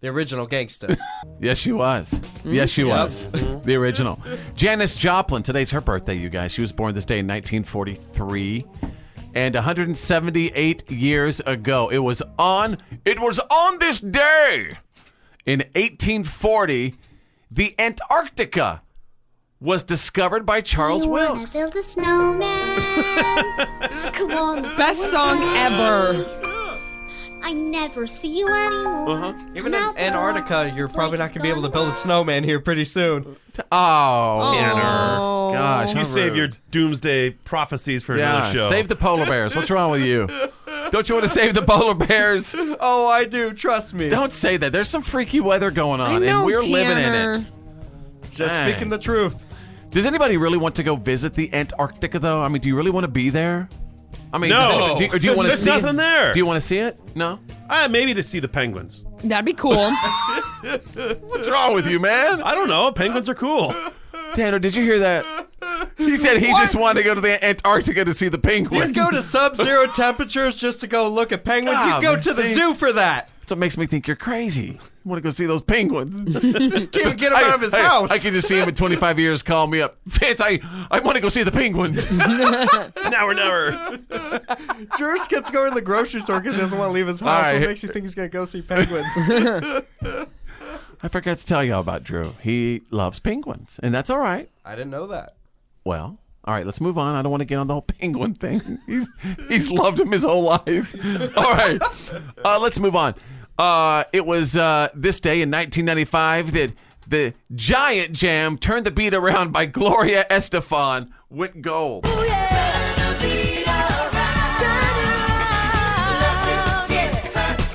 S1: the original gangster.
S9: yes, she was.
S8: Mm-hmm.
S9: Yes, she
S1: Yep.
S9: was. the original. Janis Joplin. Today's her birthday, you guys. She was born this day in 1943. And 178 years ago, it was on. It was on this day, in 1840, the Antarctica was discovered by Charles
S2: You
S9: Wilkes.
S2: wanna build a snowman? Come on,
S10: Best song ever.
S2: I never see you anymore.
S1: Uh-huh. Even in Antarctica, you're probably not gonna be able to build a snowman here pretty soon.
S9: Oh,
S8: Tanner.
S9: Gosh,
S8: you
S9: how
S8: save
S9: rude.
S8: your doomsday prophecies for
S9: yeah,
S8: another show.
S9: save the polar bears. What's wrong with you? Don't you want to save the polar bears?
S1: Oh, I do. Trust me.
S9: Don't say that. There's some freaky weather going
S1: I
S9: on,
S1: know,
S9: and Oh, we're living in
S1: Tanner.
S9: it.
S1: Just speaking the truth.
S9: Does anybody really want to go visit the Antarctica, though? I mean, do you really want to be there? I mean, does
S8: No.
S9: anybody- do, or do you want to
S8: There's
S9: see
S8: nothing
S9: it?
S8: there.
S9: Do you want to see it? No.
S8: Uh, maybe to see the penguins.
S10: That'd be cool.
S9: What's wrong with you, man?
S8: I don't know. Penguins are cool.
S9: Tanner, did you hear that? He said he just wanted to go to the Antarctica to see the penguins.
S1: You go to sub-zero temperatures just to go look at penguins.
S9: Ah,
S1: you go to the
S9: see?
S1: zoo for that.
S9: That's what makes me think you're crazy. I want to go see those penguins. Can't
S1: even get him out of his house.
S9: I can just see him in 25 years. Call me up, Fitz. I I want to go see the penguins.
S8: now or never.
S1: Drew skips going to the grocery store because he doesn't want to leave his
S9: All
S1: house.
S9: right.
S1: What makes you think he's gonna go see penguins?
S9: I forgot to tell y'all about Drew. He loves penguins, and that's all right.
S1: I didn't know that.
S9: Well, all right, let's move on. I don't want to get on the whole penguin thing. He's he's loved him his whole life. All right, uh, let's move on. Uh, it was uh, this day in 1995 that the Giant Jam turned the beat around by Gloria Estefan went gold.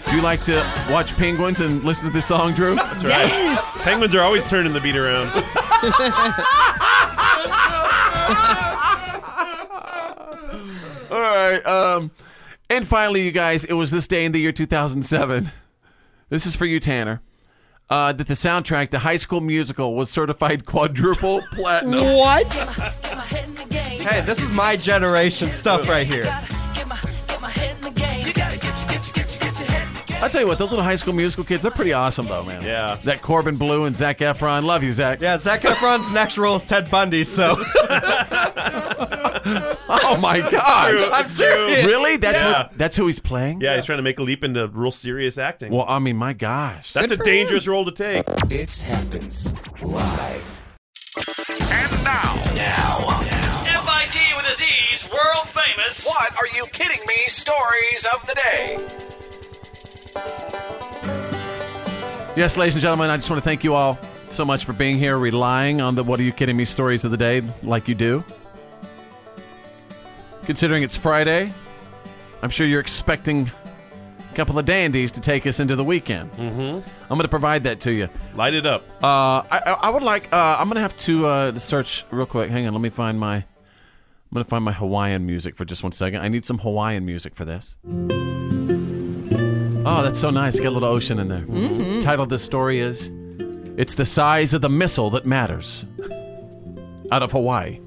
S9: Do you like to watch penguins and listen to this song, Drew? That's
S8: right. Yes. Penguins are always turning the beat around.
S9: All right. Um, and finally, you guys, it was this day in the year 2007. This is for you, Tanner. Uh, that the soundtrack to High School Musical was certified quadruple platinum.
S1: What? hey, this is my generation stuff right here.
S9: I'll tell you what, those little High School Musical kids, they're pretty awesome, though, man. Yeah. That Corbin Blue and Zach Efron. Love you, Zach.
S1: Yeah, Zac Efron's next role is Ted Bundy, so
S9: Oh, my
S1: True,
S9: God.
S1: I'm serious.
S9: Really? That's,
S8: Yeah.
S9: what, that's who he's playing?
S8: Yeah, he's trying to make a leap into real serious acting.
S9: Well, I mean, my gosh.
S8: That's a dangerous role to take.
S14: It happens live.
S17: MIT with a Z's world famous. What are you kidding me? Stories of the day.
S9: Yes, ladies and gentlemen, I just want to thank you all so much for being here, relying on the What Are You Kidding Me stories of the day like you do. Considering it's Friday, I'm sure you're expecting a couple of dandies to take us into the weekend. Mm-hmm. I'm going to provide that to you.
S8: Light it up.
S9: Uh, I, I- I would like, uh, I'm going to have to uh, search real quick. Hang on, let me find my. I'm gonna find my Hawaiian music for just one second. I need some Hawaiian music for this. Oh, that's so nice. Get a little ocean in there.
S16: Mhm.
S9: Title of this story is It's the Size of the Missile That Matters. Out of Hawaii.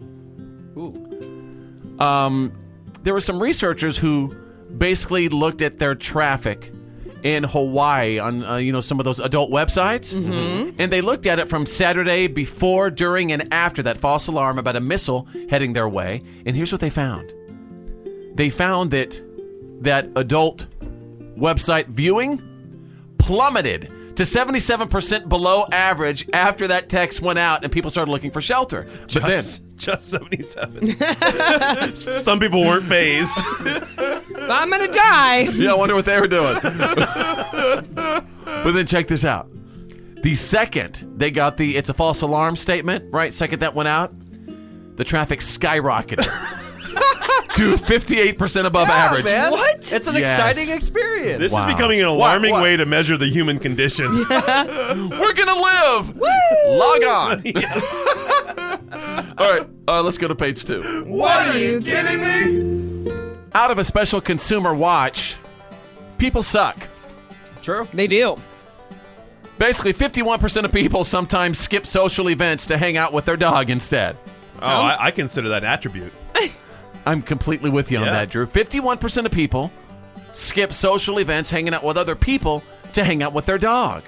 S9: Um, there were some researchers who basically looked at their traffic in Hawaii on uh, you know some of those adult websites,
S16: Mhm.
S9: and they looked at it from Saturday before, during, and after that false alarm about a missile heading their way. And here's what they found: they found that that adult website viewing plummeted to 77% below average after that text went out and people started looking for shelter. But then
S8: just 77. Some people weren't phased.
S10: I'm gonna die.
S9: yeah, I wonder what they were doing. but then check this out. The second they got the it's a false alarm statement, right? Second that went out, the traffic skyrocketed to 58% above average.
S1: Man, what? It's an
S9: Yes.
S1: exciting experience.
S8: This
S9: Wow.
S8: is becoming an
S9: What,
S8: alarming
S9: what?
S8: way to measure the human condition. Oh,
S9: We're gonna live. Log on. All right, uh, let's go to page two.
S16: What are you kidding me?
S9: Out of a special consumer watch, people suck.
S1: True.
S10: They do.
S9: Basically, 51% of people sometimes skip social events to hang out with their dog instead.
S8: Oh, I, I consider that an attribute.
S9: I'm completely with you on
S8: Yeah.
S9: that, Drew. 51% of people skip social events hanging out with other people to hang out with their dog.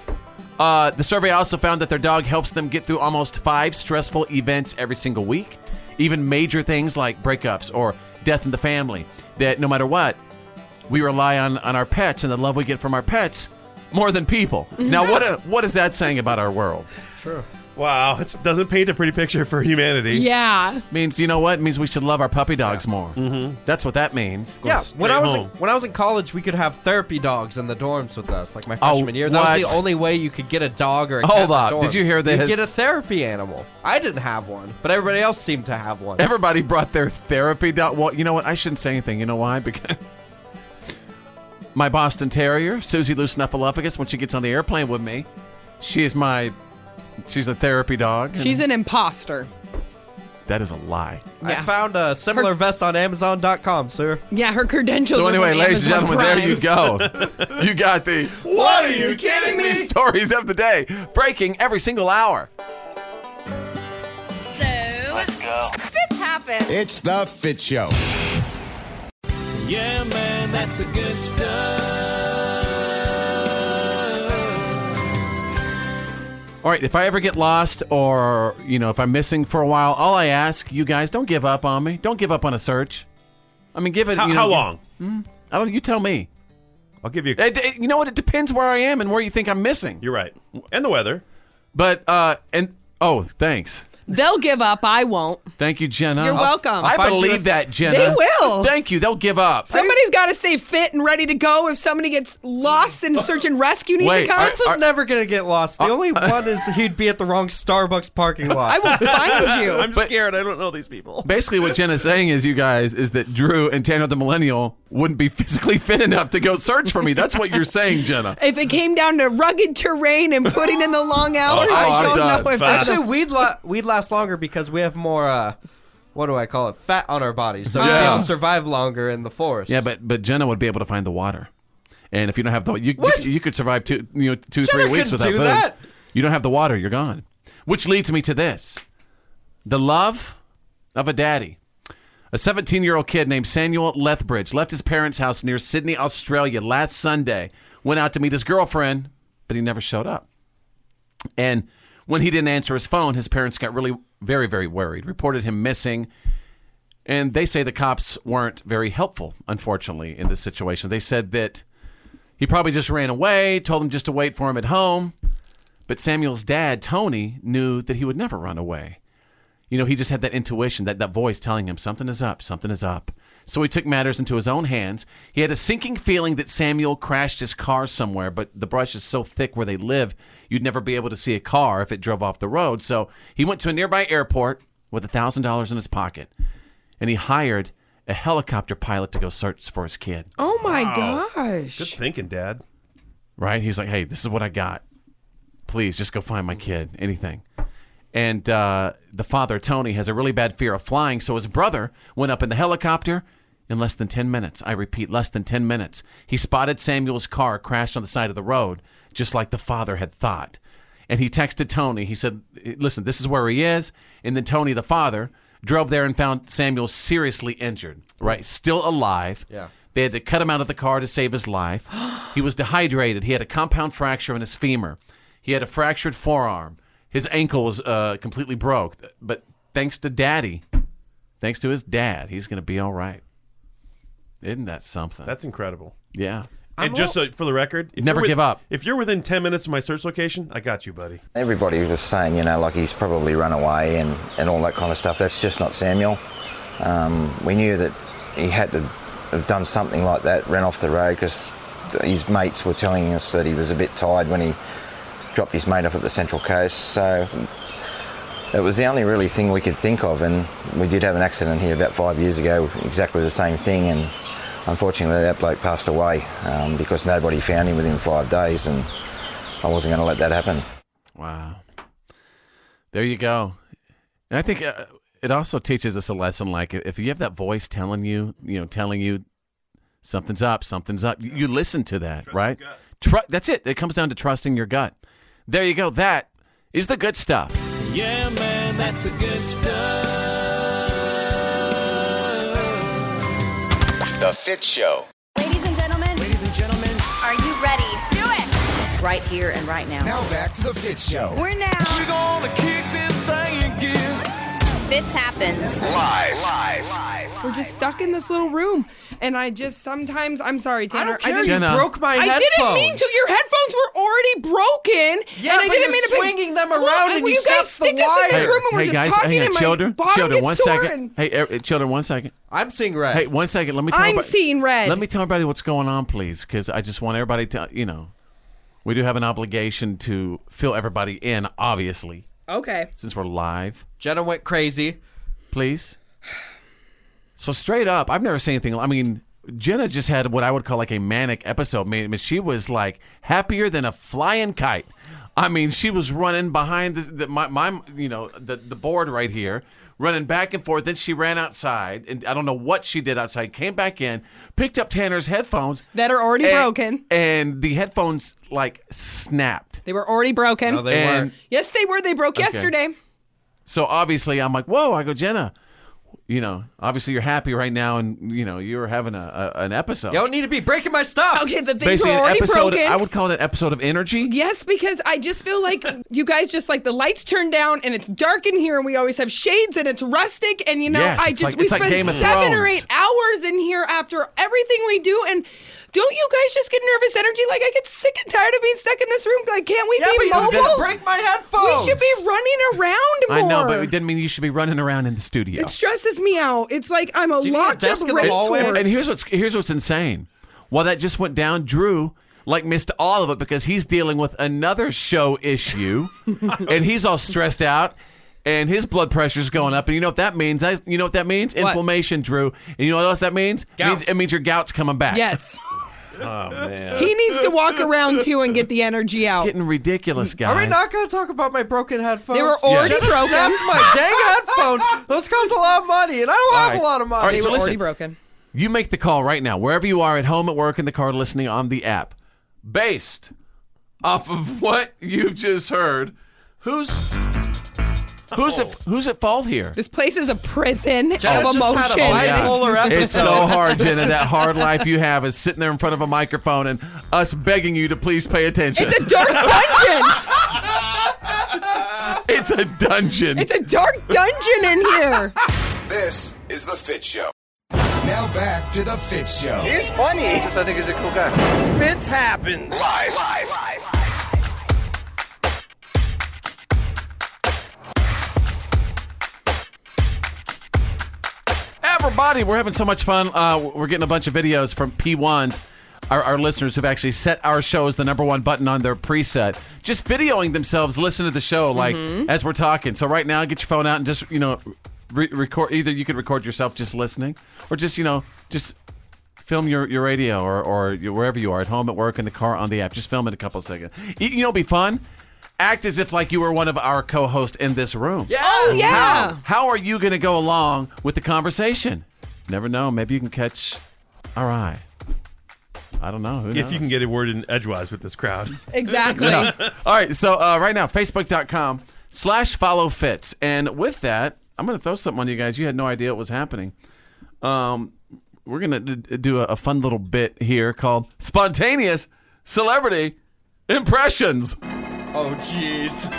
S9: Uh, the survey also found that their dog helps them get through almost five stressful events every single week, even major things like breakups or death in the family. That no matter what, we rely on, on our pets and the love we get from our pets more than people. Now, what, uh, what is that saying about our world?
S1: True.
S8: Wow, it doesn't paint a pretty picture for humanity.
S10: Yeah.
S9: Means, you know what? It means we should love our puppy dogs more. Mm-hmm. That's what that means.
S1: Yeah, when I was in, when I was in college, we could have therapy dogs in the dorms with us, like my freshman year. That was
S9: Oh, what?
S1: the only way you could get a dog or a
S9: Hold
S1: cat in the
S9: up,
S1: dorm.
S9: did you hear
S1: You'd
S9: this?
S1: get a therapy animal. I didn't have one, but everybody else seemed to have one.
S9: Everybody brought their therapy dog. Well, you know what? I shouldn't say anything. You know why? Because my Boston Terrier, Susie Lou Snuffleupagus, when she gets on the airplane with me, she is my. She's a therapy dog.
S10: She's an imposter.
S9: That is a lie.
S1: I found a similar vest on Amazon.com, sir.
S10: Yeah, her credentials.
S9: So
S10: are
S9: anyway,
S10: from
S9: ladies and
S10: Amazon
S9: gentlemen, there you
S10: Prime.
S9: go. You got the
S10: What are you kidding me?
S9: stories of the day breaking every single hour.
S11: Let's
S14: go.
S11: Fits happen.
S14: It's the Fit Show.
S16: Yeah, man, that's the good stuff.
S9: All right, if I ever get lost or, you know, if I'm missing for a while, all I ask you guys, don't give up on me. Don't give up on a search. I mean, give it.
S8: How-
S9: you know,
S8: how
S9: give-
S8: long?
S9: Hmm? I don't. You tell me.
S8: I'll give you.
S9: It, it- you know what? It depends where I am and where you think I'm missing.
S8: You're right. And the weather.
S9: But uh, and oh, thanks.
S10: They'll give up. I won't.
S9: Thank you, Jenna.
S10: You're welcome.
S9: I
S10: Find you
S9: believe
S10: a-
S9: that, Jenna.
S10: They will.
S9: Thank you. They'll give up.
S10: Somebody's got to stay fit and ready to go if somebody gets lost and search and rescue needs
S9: Wait,
S10: to come.
S9: are-
S1: Vince is never gonna get lost. The only one is he'd be at the wrong Starbucks parking lot.
S10: I will find you.
S8: I'm scared. I don't know these people.
S9: Basically, what Jenna's saying is, you guys, is that Drew and Daniel the Millennial wouldn't be physically fit enough to go search for me. That's what you're saying, Jenna.
S10: If it came down to rugged terrain and putting in the long hours,
S9: Oh,
S10: I
S9: I'm
S10: don't
S9: done.
S10: know if that's
S1: Actually, we'd la- we'd last longer because we have more. uh What do I call it? Fat on our bodies, so
S9: Yeah.
S1: we'll survive longer in the forest.
S9: Yeah, but but Jenna would be able to find the water, and if you don't have the you you, you could survive two you know two
S1: Jenna
S9: three weeks
S1: couldn't
S9: without
S1: do
S9: food.
S1: that.
S9: You don't have the water, you're gone. Which leads me to this: the love of a daddy. A 17 year old kid named Samuel Lethbridge left his parents' house near Sydney, Australia last Sunday, went out to meet his girlfriend, but he never showed up. And when he didn't answer his phone, his parents got really, very, very worried, reported him missing. And they say the cops weren't very helpful, unfortunately, in this situation. They said that he probably just ran away, told him just to wait for him at home. But Samuel's dad, Tony, knew that he would never run away. You know, he just had that intuition, that, that voice telling him something is up, something is up. So he took matters into his own hands. He had a sinking feeling that Samuel crashed his car somewhere, but the brush is so thick where they live, you'd never be able to see a car if it drove off the road. So he went to a nearby airport with $1,000 in his pocket, and he hired a helicopter pilot to go search for his kid.
S10: Oh my
S8: Wow.
S10: gosh.
S8: Good thinking, Dad.
S9: Right? He's like, hey, this is what I got. Please just go find my kid, anything. And uh, the father, Tony, has a really bad fear of flying, so his brother went up in the helicopter in less than 10 minutes. I repeat, less than 10 minutes. He spotted Samuel's car crashed on the side of the road, just like the father had thought. And he texted Tony. He said, listen, this is where he is. And then Tony, the father, drove there and found Samuel seriously injured, right? Still alive.
S1: Yeah.
S9: They had to cut him out of the car to save his life. he was dehydrated. He had a compound fracture in his femur. He had a fractured forearm. His ankle was uh, completely broke. But thanks to Daddy, thanks to his dad, he's going to be all right. Isn't that something?
S8: That's incredible.
S9: yeah.
S8: and just so, for the record, if
S9: Never
S8: you're with-
S9: give up.
S8: If you're within 10 minutes of my search location, I got you, buddy.
S6: Everybody was saying, you know, like he's probably run away and, and all that kind of stuff. That's just not Samuel. Um, we knew that he had to have done something like that, ran off the road because his mates were telling us that he was a bit tired when he dropped his mate off at the Central Coast. So it was the only really thing we could think of. And we did have an accident here about five years ago, exactly the same thing. And unfortunately, that bloke passed away um, because nobody found him within five days. And I wasn't going to let that happen.
S9: Wow. There you go. And I think uh, it also teaches us a lesson like if you have that voice telling you, you know, telling you something's up, something's up, you, you listen to that, right? Tru- that's it. It comes down to trusting your gut. There you go. That is the good stuff.
S16: Yeah, man, that's the good stuff.
S14: The Fit Show.
S5: Ladies and gentlemen. Ladies and gentlemen. Are you ready? Do it. Right here and right now.
S14: Now back to The Fit Show.
S5: We're now. We're gonna kick this thing again. Fits happens.
S14: Live.
S10: We're just stuck in this little room, and I just sometimes I'm sorry, Tanner. I,
S1: don't care,
S10: didn't
S1: you Jenna. broke my
S10: I didn't mean
S1: headphones.
S10: to. Your headphones were already broken,
S1: Yeah,
S10: and I
S1: but
S10: didn't
S1: you're
S10: mean to. pick-
S1: swinging them
S10: Well,
S1: around
S10: I-
S1: and
S10: will
S1: you
S10: you guys
S1: cut the
S10: stick us in
S1: wire.
S10: this room, and we're
S9: hey
S10: just
S9: guys,
S10: talking,
S9: hang on,
S10: and my
S9: children,
S10: bottom
S9: children,
S10: gets
S9: one
S10: sore.
S9: second.
S10: and-
S9: Hey, er, children, one second.
S1: I'm seeing red.
S9: Hey, one second. Let me. Tell
S10: I'm
S9: everybo-
S10: seeing red.
S9: Let me tell everybody what's going on, please, because I just want everybody to, you know, we do have an obligation to fill everybody in, obviously,
S10: Okay.
S9: since we're live.
S1: Jenna went crazy.
S9: Please. So straight up, I've never seen anything. I mean, Jenna just had what I would call like a manic episode. I mean, she was like happier than a flying kite. I mean, she was running behind the, the my, my you know the the board right here, running back and forth. Then she ran outside, and I don't know what she did outside. Came back in, picked up Tanner's headphones
S10: that are already
S9: and-
S10: broken.
S9: and the headphones like snapped.
S10: They were already broken.
S9: No, they And- weren't.
S10: Yes, they were. They broke
S9: Okay.
S10: yesterday.
S9: So obviously, I'm like, whoa. I go, Jenna, you know, obviously you're happy right now, and you know you're having a, a an episode.
S1: You don't need to be breaking my stuff.
S10: Okay, the things
S9: Basically,
S10: were
S9: an
S10: already
S9: episode.
S10: broken.
S9: I would call it an episode of energy.
S10: Yes, because I just feel like you guys just like the lights turned down and it's dark in here and we always have shades and it's rustic and you know
S9: Yes,
S10: I
S9: it's
S10: just
S9: like-
S10: we
S9: it's like
S10: spend
S9: Game of
S10: seven or
S9: Thrones.
S10: eight hours in here after everything we do and don't you guys just get nervous energy? Like I get sick and tired of being stuck in this room. Like can't we
S1: Yeah, but
S10: be
S1: you didn't
S10: mobile?
S1: break my headphones.
S10: We should be running around more.
S9: I know, but it didn't mean you should be running aund around in the studio.
S10: it stresses me out. It's like I'm a
S1: need a
S10: locked up
S1: desk in the hallway?
S10: racehorse.
S9: and here's what's here's what's insane. While that just went down, Drew like missed all of it because he's dealing with another show issue, and he's all stressed out. And his blood pressure's going up, and you know what that means? I, you know what that means? Inflammation, Drew. And you know what else that means? It means, it means your gout's coming back.
S10: Yes.
S9: oh man.
S10: he needs to walk around too and get the energy out.
S9: getting ridiculous, guys.
S1: Are we not going to talk about my broken headphones?
S10: They were already
S1: Jenna
S10: broken.
S1: snapped my dang headphones. Those cost a lot of money, and I don't have
S9: All right.
S1: a lot of money.
S9: All right, so listen.
S10: broken.
S9: You make the call right now, wherever you are, at home, at work, in the car, listening on the app. Based off of what you've just heard, who's who's at, who's at fault here?
S10: This place is a prison
S1: Jenna
S10: of
S1: just had a
S10: emotion.
S1: bipolar episode.
S9: It's so hard, Jenna. That hard life you have is sitting there in front of a microphone and us begging you to please pay attention.
S10: It's a dark dungeon.
S9: it's a dungeon.
S10: It's a dark dungeon in here.
S14: This is The Fit Show. Now back to The Fit Show.
S19: He's funny. Just, I think he's a cool guy.
S14: Fits happens. Live. Live.
S9: Everybody, we're having so much fun. Uh, we're getting a bunch of videos from P1s, our, our listeners who've actually set our show as the number one button on their preset. Just videoing themselves, listen to the show like
S20: Mhm.
S9: as we're talking. So right now, get your phone out and just you know re- record. Either you could record yourself just listening, or just you know just film your, your radio or, or your- wherever you are at home, at work, in the car, on the app. Just film it a couple seconds. You, you know, it'd be fun. Act as if like you were one of our co-hosts in this room. Yeah.
S10: Oh, yeah.
S9: How, how are you going to go along with the conversation? Never know. Maybe you can catch our eye. I don't know. Who
S8: If you can get a word in edgewise with this crowd.
S10: Exactly.
S9: All right. So uh, right now, facebook.com slash follow fits. And with that, I'm going to throw something on you guys. You had no idea it was happening. Um, we're going to d- do a, a fun little bit here called Spontaneous Celebrity Impressions.
S1: Oh, jeez.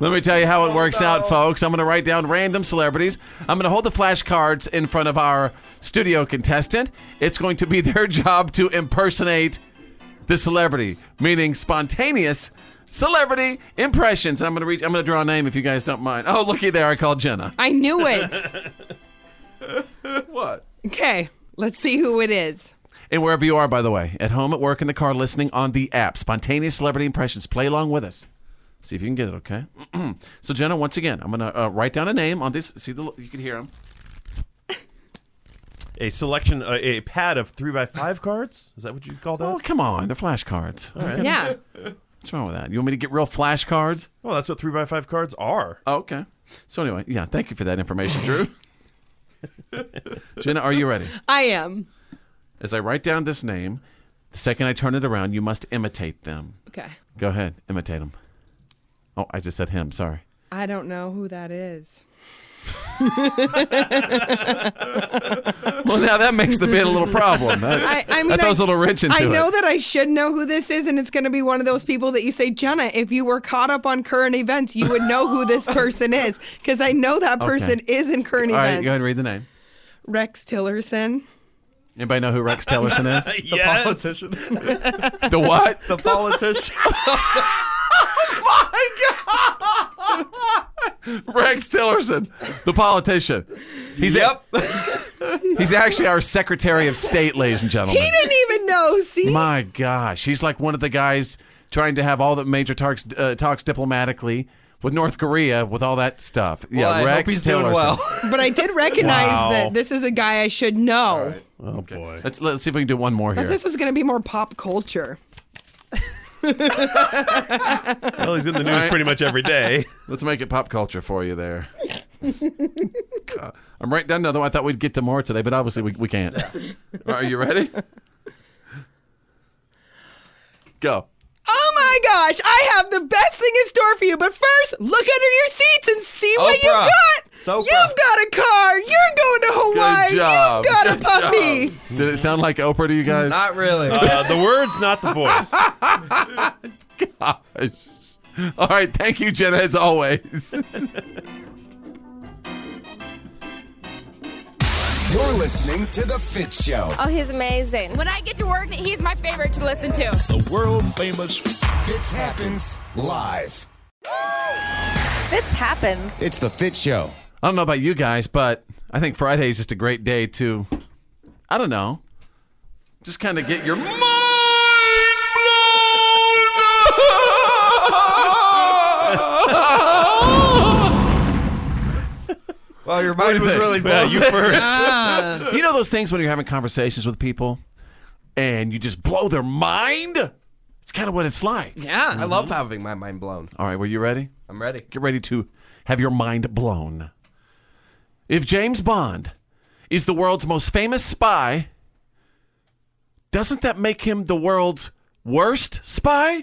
S9: Let me tell you how it works out, folks. I'm going to write down random celebrities. I'm going to hold the flashcards in front of our studio contestant. It's going to be their job to impersonate the celebrity, meaning spontaneous celebrity impressions. And I'm going to reach. I'm going to draw a name if you guys don't mind. Oh, looky there! I called Jenna.
S10: I knew it.
S9: what?
S10: Okay, let's see who it is.
S9: And wherever you are, by the way, at home, at work, in the car, listening on the app, spontaneous celebrity impressions. Play along with us. See if you can get it, okay? so, Jenna, once again, I'm going to uh, write down a name on this. See the you can hear them.
S8: A selection, uh, a, a pad of three by five cards. Is that what you call that?
S9: Oh, come on, they're flashcards.
S8: All right.
S10: Yeah.
S9: What's wrong with that? You want me to get real flashcards?
S8: Well, that's what three by five cards are.
S9: Oh, okay. So anyway, yeah, thank you for that information, Drew. Jenna, are you ready?
S10: I am.
S9: As I write down this name, the second I turn it around, you must imitate them.
S10: Okay.
S9: Go ahead, imitate them. Oh, I just said him. Sorry.
S10: I don't know who that is.
S9: Well, now that makes the bit a little problem. That,
S10: I, I mean,
S9: that throws
S10: I-
S9: a little wrench into
S10: I know
S9: it.
S10: that I should know who this is, and it's going to be one of those people that you say, Jenna, if you were caught up on current events, you would know who this person is, because I know that
S9: Okay.
S10: person is in current
S9: All right,
S10: events.
S9: go ahead and read the name.
S10: Rex Tillerson.
S9: Anybody know who Rex Tillerson is?
S8: The politician.
S9: The what?
S8: The politician.
S9: Rex Tillerson, the politician. He's yep. he's actually our Secretary of State, ladies and
S10: He
S9: gentlemen.
S10: didn't even know. See,
S9: My gosh, he's like one of the guys trying to have all the major talks uh, talks diplomatically with North Korea with all that stuff. yeah,
S1: Well, I hope
S9: Rex
S1: he's
S9: Tillerson.
S1: doing well.
S10: but I did recognize
S9: Wow.
S10: that this is a guy I should know.
S9: Oh boy. Let's let's see if we can do one more
S10: That
S9: here.
S10: this was going to be more pop culture.
S9: well, he's in
S8: the news pretty much every day.
S9: Let's make it pop culture for you there. God. I'm right down another one. I thought we'd get to more today, but obviously we, we can't. Are you ready? Go.
S10: Oh my gosh, I have the best thing in store for you. But first, look under your seats and see what you've
S9: Oprah.
S10: got.
S9: It's Oprah.
S10: You've got a car. You're going to Hawaii.
S9: Good job.
S10: You've got
S9: Good
S10: a puppy.
S9: job. Did it sound like Oprah to you guys?
S1: Not really.
S8: Uh, the words, not the voice.
S9: Gosh. All right. Thank you, Jenna, as always.
S14: You're listening to The Fit Show.
S11: Oh, he's amazing. When I get to work, he's my favorite to listen to.
S14: The world famous Fits Happens Live.
S11: This happens.
S14: It's The Fit Show.
S9: I don't know about you guys, but I think Friday is just a great day to, I don't know, just kind of get your mind
S1: Well, your mind was really blown.
S9: you know those things when you're having conversations with people and you just blow their mind? It's kind of what it's like.
S10: Yeah.
S1: I love having my mind blown.
S9: All right, were you ready?
S1: I'm ready.
S9: Get ready to have your mind blown. If James Bond is the world's most famous spy, doesn't that make him the world's worst spy?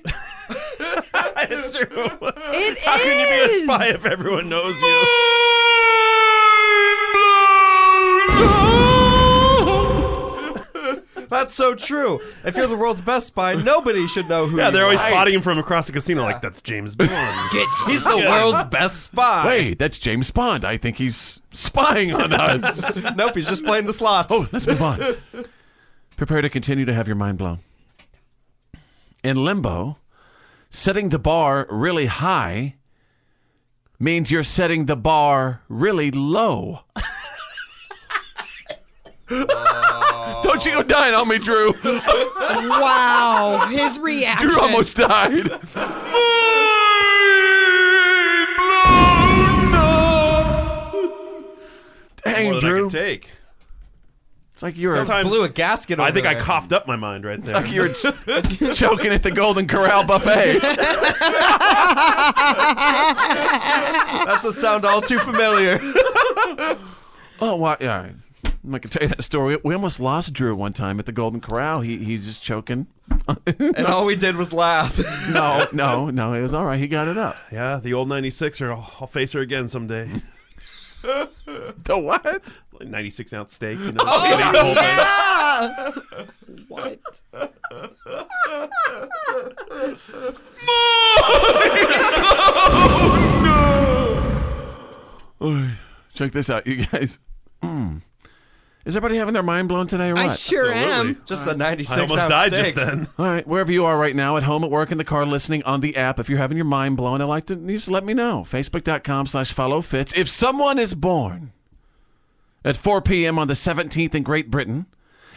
S8: it's true.
S10: It
S8: How can you be
S10: is.
S8: a spy if everyone knows you?
S1: That's so true. If you're the world's best spy, nobody should know who.
S8: Yeah,
S1: you
S8: they're always
S1: are.
S8: spotting him from across the casino. Like that's James Bond.
S1: Get He's the world's best spy.
S9: Wait, that's James Bond. I think he's spying on us.
S1: nope, he's just playing the slots.
S9: Oh, let's move on. Prepare to continue to have your mind blown. In limbo, setting the bar really high means you're setting the bar really low. Don't you go dine on me, Drew.
S10: wow, his reaction.
S9: Drew almost died. Dang,
S8: More than I
S9: Drew.
S8: can take.
S9: It's like you're
S8: Sometimes
S1: blew a gasket.
S8: I
S1: over
S8: think I
S1: there.
S8: coughed up my mind right
S9: It's
S8: there.
S9: like you're ch- choking at the Golden Corral buffet.
S1: That's a sound all too familiar.
S9: Oh, wow. Yeah. all right. I can tell you that story. We almost lost Drew one time at the Golden Corral. He he's just choking.
S1: and all we did was laugh.
S9: No, no, no. It was all right. He got it up.
S8: yeah, the old 96er. I'll, I'll face her again someday.
S9: The what?
S8: Like 96 ounce steak. You know,
S9: Oh,
S8: like the old
S10: Ah!
S8: man.
S10: what?
S9: Oh, Check this out, you guys. Mm. Is everybody having their mind blown today or what?
S10: I sure am.
S1: Just the 96
S9: I almost
S1: ounce
S9: died
S1: steak.
S9: just All right, wherever you are right now, at home, at work, in the car, listening on the app, if you're having your mind blown, I'd like to you just let me know. Facebook.com slash follow fits. If someone is born at 4 p.m. on the 17th in Great Britain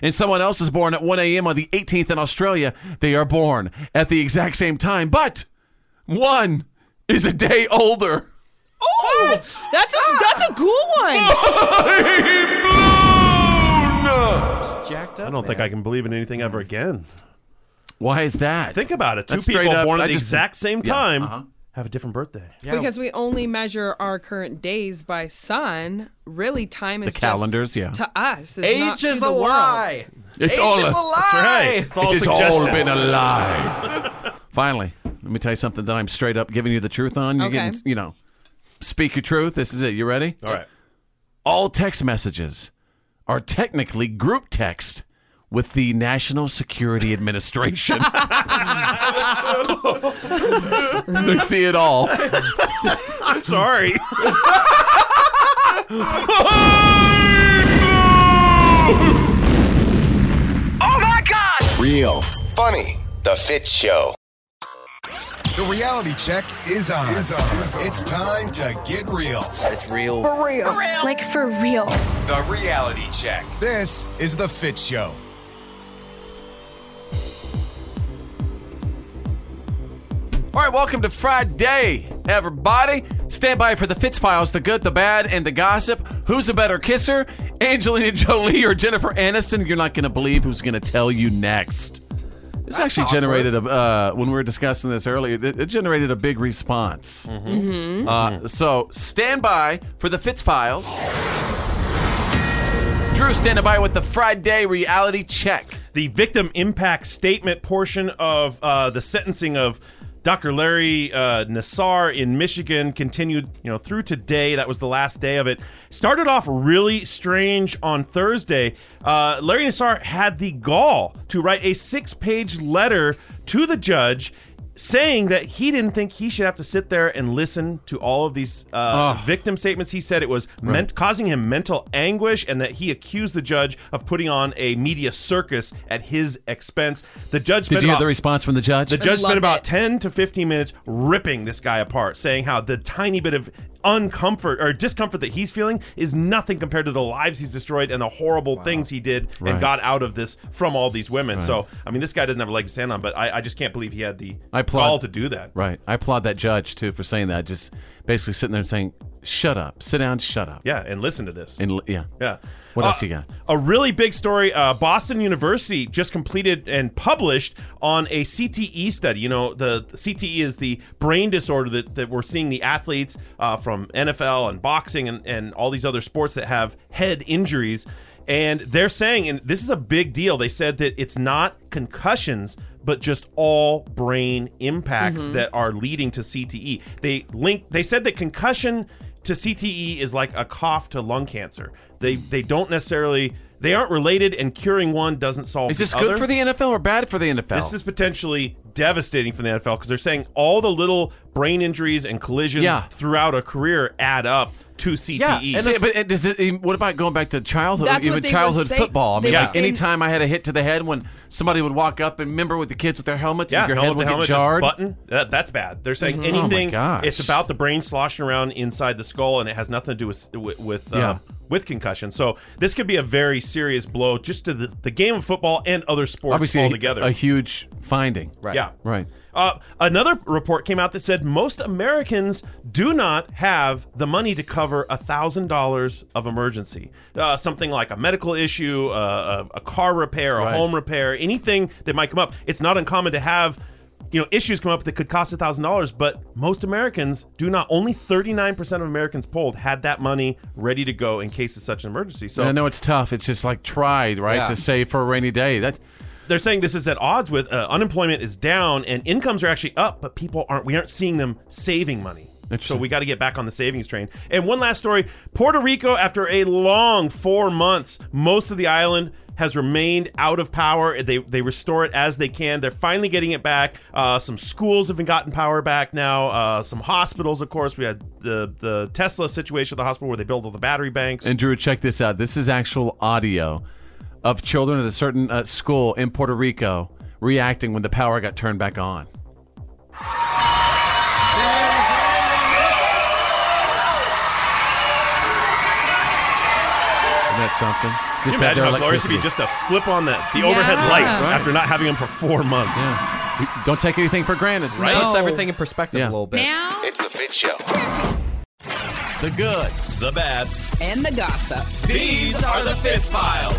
S9: and someone else is born at 1 a.m. on the 18th in Australia, they are born at the exact same time, but one is a day older.
S10: What? That's a that's a cool
S9: one.
S8: Uh.
S1: Jacked
S8: I
S1: up.
S8: don't think I can believe in anything ever again.
S9: Why is that?
S8: Think about it. Two
S9: That's
S8: people
S9: straight up-
S8: born
S9: I
S8: at the
S9: just-
S8: exact same
S9: yeah,
S8: time
S9: uh-huh.
S8: have a different birthday.
S10: Because we only measure our current days by sun, really time is
S9: The calendars,
S10: just
S9: yeah.
S10: to us. It's
S1: Age
S10: not to
S1: is
S10: the
S1: a
S10: world.
S1: lie.
S9: It's
S1: Age
S9: all
S1: is a
S9: a-
S1: lie.
S9: That's
S8: right. It's all
S9: it has all
S8: suggestion.
S9: been a lie. Finally, let me tell you something that I'm straight up giving you the truth on. You're
S10: Okay.
S9: getting, you know, speak your truth. This is it. You ready? All
S8: right.
S9: All text messages are technically group text with the National Security Administration. they see it all.
S8: I'm sorry.
S16: Oh my god!
S14: Real. Funny. The Fit Show. The reality check is on. It's, time to get real. It's real.
S16: real. Like for real.
S14: The reality check. This is The Fit Show.
S9: All right, welcome to Friday, everybody. Stand by for the Fitz files, the good, the bad, and the gossip. Who's a better kisser, Angelina Jolie or Jennifer Aniston? You're not going to believe who's going to tell you next. This actually generated a uh, when we were discussing this earlier. It, it generated a big response.
S16: Mhm.
S9: Uh, so stand by for the Fitz files. Drew standing by with the Friday reality check.
S8: The victim impact statement portion of uh, the sentencing of Dr. Larry uh, Nassar in Michigan continued, you know, through today. That was the last day of it. Started off really strange on Thursday. Uh, Larry Nassar had the gall to write a six-page letter to the judge. Saying that he didn't think he should have to sit there and listen to all of these uh, victim statements. He said it was meant causing him mental anguish and that he accused the judge of putting on a media circus at his expense. The judge
S9: Did
S8: spent
S9: you hear
S8: about-
S9: the response from the judge?
S8: the judge spent about 10 to 15 minutes ripping this guy apart, saying how the tiny bit of uncomfort or discomfort that he's feeling is nothing compared to the lives he's destroyed and the horrible things he did
S9: Right.
S8: and got out of this from all these women.
S9: Right.
S8: So, I mean, this guy doesn't have a leg to stand on, but I, I just can't believe he had the
S9: I applaud
S8: gall to do that.
S9: Right. I applaud that judge too for saying that. Just basically sitting there and saying, "Shut up, sit down, shut up."
S8: Yeah, and listen to this.
S9: And l- yeah.
S8: Yeah.
S9: What
S8: Uh,
S9: else you got?
S8: A really big story. Uh, Boston University just completed and published on a CTE study. You know, the, the CTE is the brain disorder that, that we're seeing the athletes uh, from NFL and boxing and, and all these other sports that have head injuries. And they're saying, and this is a big deal, they said that it's not concussions, but just all brain impacts
S9: Mhm.
S8: that are leading to CTE. They link. They said that concussion to CTE is like a cough to lung cancer. They they don't necessarily they aren't related, and curing one doesn't solve.
S9: Is
S8: the
S9: this good
S8: other.
S9: for the NFL or bad for the NFL?
S8: This is potentially devastating for the NFL because they're saying all the little brain injuries and collisions
S9: Yeah.
S8: throughout a career add up to E. CTE.
S9: And see, but does it, what about going back to childhood?
S8: That's
S9: even
S8: what they were
S9: childhood
S8: say-
S9: football. I mean,
S8: they were
S9: like
S8: saying-
S9: any time I had a hit to the head when somebody would walk up and remember with the kids with their helmets,
S8: yeah,
S9: and your
S8: helmet
S9: head would
S8: to
S9: get
S8: helmet,
S9: jarred.
S8: Just button that, that's bad. They're saying
S9: Mhm. Oh my
S8: anything.
S9: gosh.
S8: it's about the brain sloshing around inside the skull, and it has nothing to do with with with, uh,
S9: Yeah.
S8: with concussion. So this could be a very serious blow just to the, the game of football and other sports
S9: Obviously, a,
S8: altogether.
S9: a huge finding.
S8: Right. Yeah.
S9: Right.
S8: Uh, another report came out that said most Americans do not have the money to cover thousand dollars of emergency, uh, something like a medical issue, uh, a, a car repair, a
S9: Right.
S8: home repair, anything that might come up. It's not uncommon to have. You know, issues come up that could cost thousand dollars, but most Americans do not. Only thirty-nine percent of Americans polled had that money ready to go in case of such an emergency. So
S9: and I know it's tough. It's just like tried, right,
S8: Yeah.
S9: to save for a rainy day. That
S8: they're saying this is at odds with uh, unemployment is down and incomes are actually up, but people aren't. We aren't seeing them saving money. So we got to get back on the savings train. And one last story: Puerto Rico, after a long four months, most of the island has remained out of power. They they restore it as they can. They're finally getting it back. Uh, some schools have been gotten power back now. Uh, some hospitals, of course, we had the the Tesla situation at the hospital where they built all the battery banks.
S9: And Drew, check this out. This is actual audio of children at a certain uh, school in Puerto Rico reacting when the power got turned back on. And That's something.
S8: Can you
S9: have
S8: imagine
S9: their
S8: how glorious it'd be
S9: electricity.
S8: just to flip on the, the overhead
S9: Yeah.
S8: lights
S9: Right.
S8: after not having them for four months?
S9: We don't take anything for granted,
S8: right?
S1: Puts everything in perspective a little bit.
S20: Now,
S14: It's the Fit Show.
S9: The good,
S8: the bad,
S20: and the gossip.
S17: These are the Fist Files.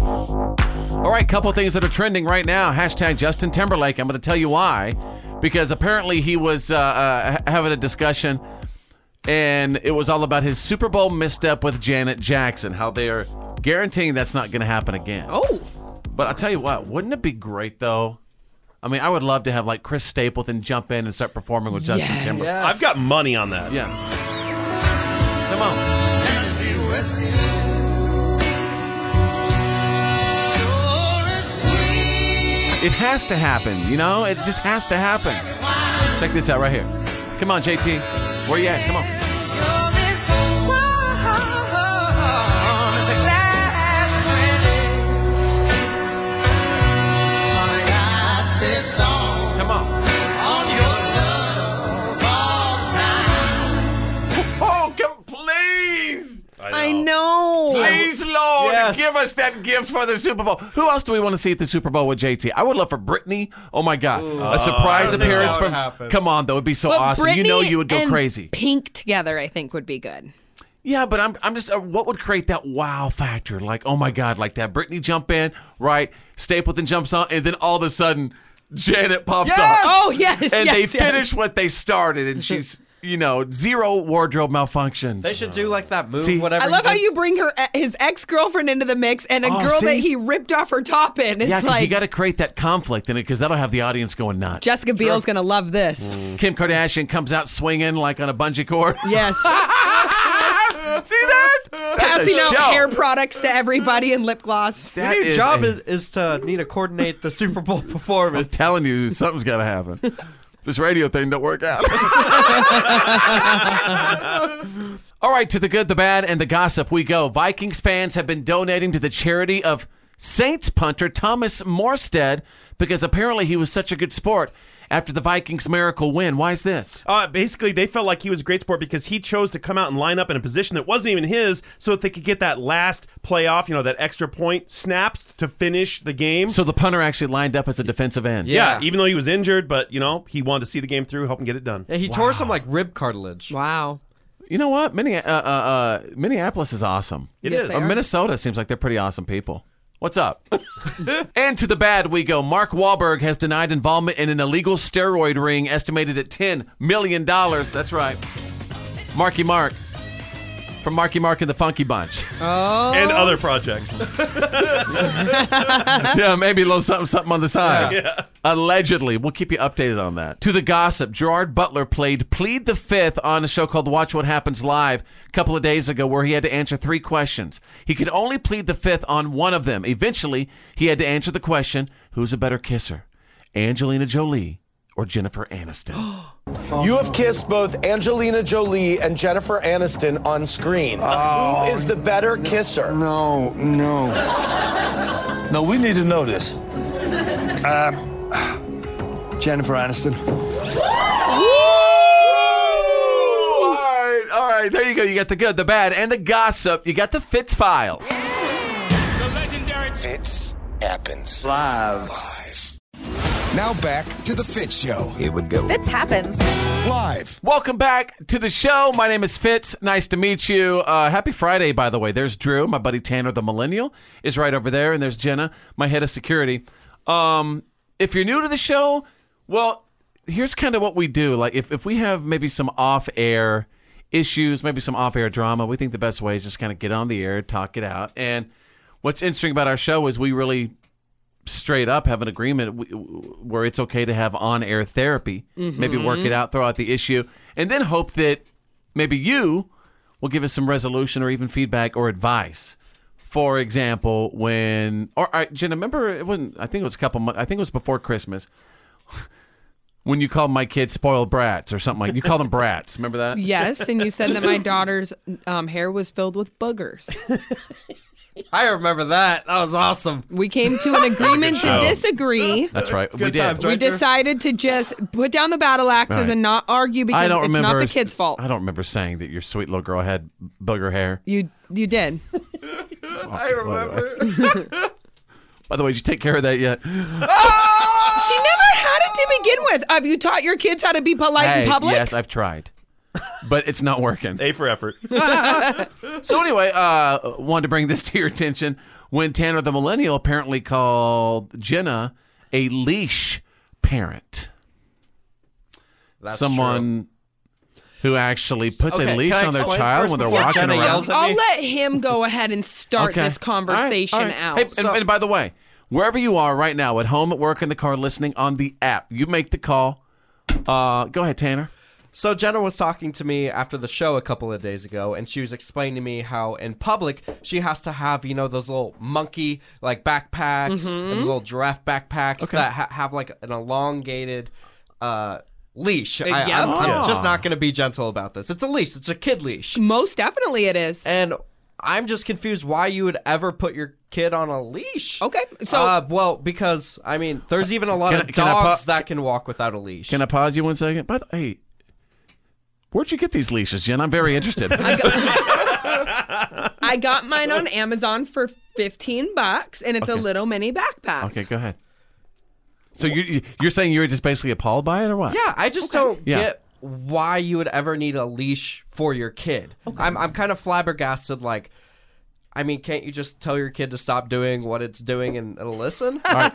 S9: All right, couple things that are trending right now. Hashtag Justin Timberlake. I'm going to tell you why, because apparently he was uh, uh, ha- having a discussion, and it was all about his Super Bowl misstep with Janet Jackson. How they are guaranteeing that's not going to happen again.
S10: Oh,
S9: but I'll tell you what. Wouldn't it be great though? I mean, I would love to have like Chris Stapleton jump in and start performing with Justin
S8: Yes.
S9: Timberlake.
S8: I've got money on that.
S9: Yeah. Come on. It has to happen, you know? It just has to happen. Check this out right here. Come on, JT. Where you at? Come on. Come on. Oh, come please.
S10: I know.
S9: Please, Lord,
S10: Yes.
S9: give us that gift for the Super Bowl. Who else do we want to see at the Super Bowl with JT? I would love for Britney. Oh my God,
S8: Oh,
S9: a surprise
S8: I don't think
S9: appearance
S8: that would
S9: from.
S8: happen.
S9: Come on, that would be so
S10: But
S9: awesome. you know
S10: Britney
S9: you would go
S10: and
S9: crazy.
S10: Pink together, I think, would be good.
S9: Yeah, but I'm I'm just uh, what would create that wow factor? Like, oh my god, like that Britney jump in, right? Stapleton jumps on, and then all of a sudden, Janet pops
S10: Yes!
S9: on.
S10: Oh, yes,
S9: and
S10: yes,
S9: they
S10: yes.
S9: finish what they started, and she's you know zero wardrobe malfunctions.
S1: They should do like that move,
S9: See?
S1: whatever.
S10: I love how you bring her uh, his ex girlfriend into the mix and a
S9: Oh,
S10: girl that
S9: see?
S10: he ripped off her top in. It's
S9: yeah, because
S10: like
S9: you got to create that conflict in it, because that'll have the audience going nuts.
S10: Jessica Biel's gonna love this.
S9: Kim Kardashian comes out swinging like on a bungee cord.
S10: Yes.
S9: See that?
S10: Passing out
S1: show.
S10: hair products to everybody and lip gloss.
S1: That Your job is, is to need to coordinate the Super Bowl performance.
S9: I'm telling you, something's got to happen. this radio thing don't work out. All right, to the good, the bad, and the gossip we go. Vikings fans have been donating to the charity of Saints punter Thomas Morstead because apparently he was such a good sport after the Vikings' miracle win. Why is this?
S8: Uh, basically, they felt like he was a great sport because he chose to come out and line up in a position that wasn't even his so that they could get that last playoff, you know, that extra point snaps to finish the game.
S9: So the punter actually lined up as a defensive end.
S8: Yeah. even though he was injured, but, you know, he wanted to see the game through, help him get it done.
S1: Yeah, he tore some like rib cartilage.
S10: Wow.
S9: You know what? Minne- uh, uh, uh, Minneapolis is awesome.
S1: It Yes, is. they
S9: Uh,
S1: are.
S9: Minnesota seems like they're pretty awesome people. What's up? and to the bad we go. Mark Wahlberg has denied involvement in an illegal steroid ring estimated at $10 million. That's right. Marky Mark from Marky Mark and the Funky Bunch.
S10: Oh.
S8: And other projects.
S9: yeah, maybe a little something, something on the side.
S8: Yeah.
S9: Allegedly. We'll keep you updated on that. To the gossip, Gerard Butler played Plead the Fifth on a show called Watch What Happens Live a couple of days ago, where he had to answer three questions. He could only plead the fifth on one of them. Eventually, he had to answer the question who's a better kisser, Angelina Jolie or Jennifer Aniston?
S18: You have kissed both Angelina Jolie and Jennifer Aniston on screen. Who is the better kisser?
S12: No, no. No, we need to know this. Um, Jennifer Aniston.
S9: all right, all right. There you go. You got the good, the bad, and the gossip. You got the Fitz files.
S14: The legendary Fits happens live. Live. Now back to the Fit Show. Here we go.
S5: Fitz happens.
S14: Live.
S9: Welcome back to the show. My name is Fitz. Nice to meet you. Uh, happy Friday, by the way. There's Drew, my buddy Tanner, the millennial, is right over there, and there's Jenna, my head of security. Um, if you're new to the show, well, here's kind of what we do. Like, if, if we have maybe some off air issues, maybe some off air drama, we think the best way is just kind of get on the air, talk it out. And what's interesting about our show is we really straight up have an agreement w- w- where it's okay to have on air therapy,
S10: Mm-hmm,
S21: Mhm.
S9: maybe work it out, throw out the issue, and then hope that maybe you will give us some resolution or even feedback or advice. For example, when or all right, Jenna, remember it wasn't. I think it was a couple. Months, I think it was before Christmas when you called my kids spoiled brats or something like. You called them brats. Remember that?
S10: Yes, and you said that my daughter's um, hair was filled with boogers.
S1: I remember that. That was awesome.
S10: We came to an agreement to
S1: Oh.
S10: disagree.
S9: That's right. we
S1: Good
S9: did.
S1: times,
S10: We decided to just put down the battle axes
S9: Right.
S10: and not argue because
S9: I don't
S10: it's
S9: remember.
S10: not the kid's fault.
S9: I don't remember saying that your sweet little girl had booger hair.
S10: You you did.
S9: I remember. By the way, did you take care of that yet?
S10: She never had it to begin with. Have you taught your kids how to be polite
S9: Hey,
S10: in public?
S9: Yes, I've tried, but it's not working.
S8: A for effort.
S9: so anyway, uh, wanted to bring this to your attention when Tanner the Millennial apparently called Jenna a leash parent.
S1: That's
S9: Someone who actually puts
S1: Okay,
S9: a leash
S1: can I
S9: on their
S1: explain
S9: child
S1: first
S9: when they're
S1: before
S9: walking
S1: Jenna
S9: around.
S1: yells at
S10: I'll let him go ahead and start
S9: Okay.
S10: this conversation
S9: All right, all
S10: out.
S9: right. Hey, and, and by the way, wherever you are right now, at home, at work, in the car, listening on the app, you make the call. Uh, go ahead, Tanner.
S1: So Jenna was talking to me after the show a couple of days ago, and she was explaining to me how in public she has to have you know those little monkey like backpacks,
S10: Mm-hmm.
S9: Mhm.
S1: those little giraffe backpacks
S9: Okay.
S1: that ha- have like an elongated uh, leash. I,
S10: Yep.
S1: am
S10: Yeah.
S1: just not going to be gentle about this. It's a leash. It's a kid leash.
S10: Most definitely, it is.
S1: And I'm just confused why you would ever put your kid on a leash.
S10: Okay, so-
S1: uh, well because I mean there's even a lot
S9: Can I-
S1: of
S9: can I pa-
S1: dogs that can walk without a leash.
S9: Can I pause you one second? By the hey, where'd you get these leashes, Jen? I'm very interested.
S10: I got mine on Amazon for 15 bucks and it's
S9: Okay.
S10: a little mini backpack.
S9: okay, go ahead. So you you're saying you were just basically appalled by it, or what?
S1: Yeah, I just don't
S9: Yeah.
S1: get why you would ever need a leash for your kid. I'm I'm kind of flabbergasted. Like, I mean, can't you just tell your kid to stop doing what it's doing and it'll listen?
S9: All right.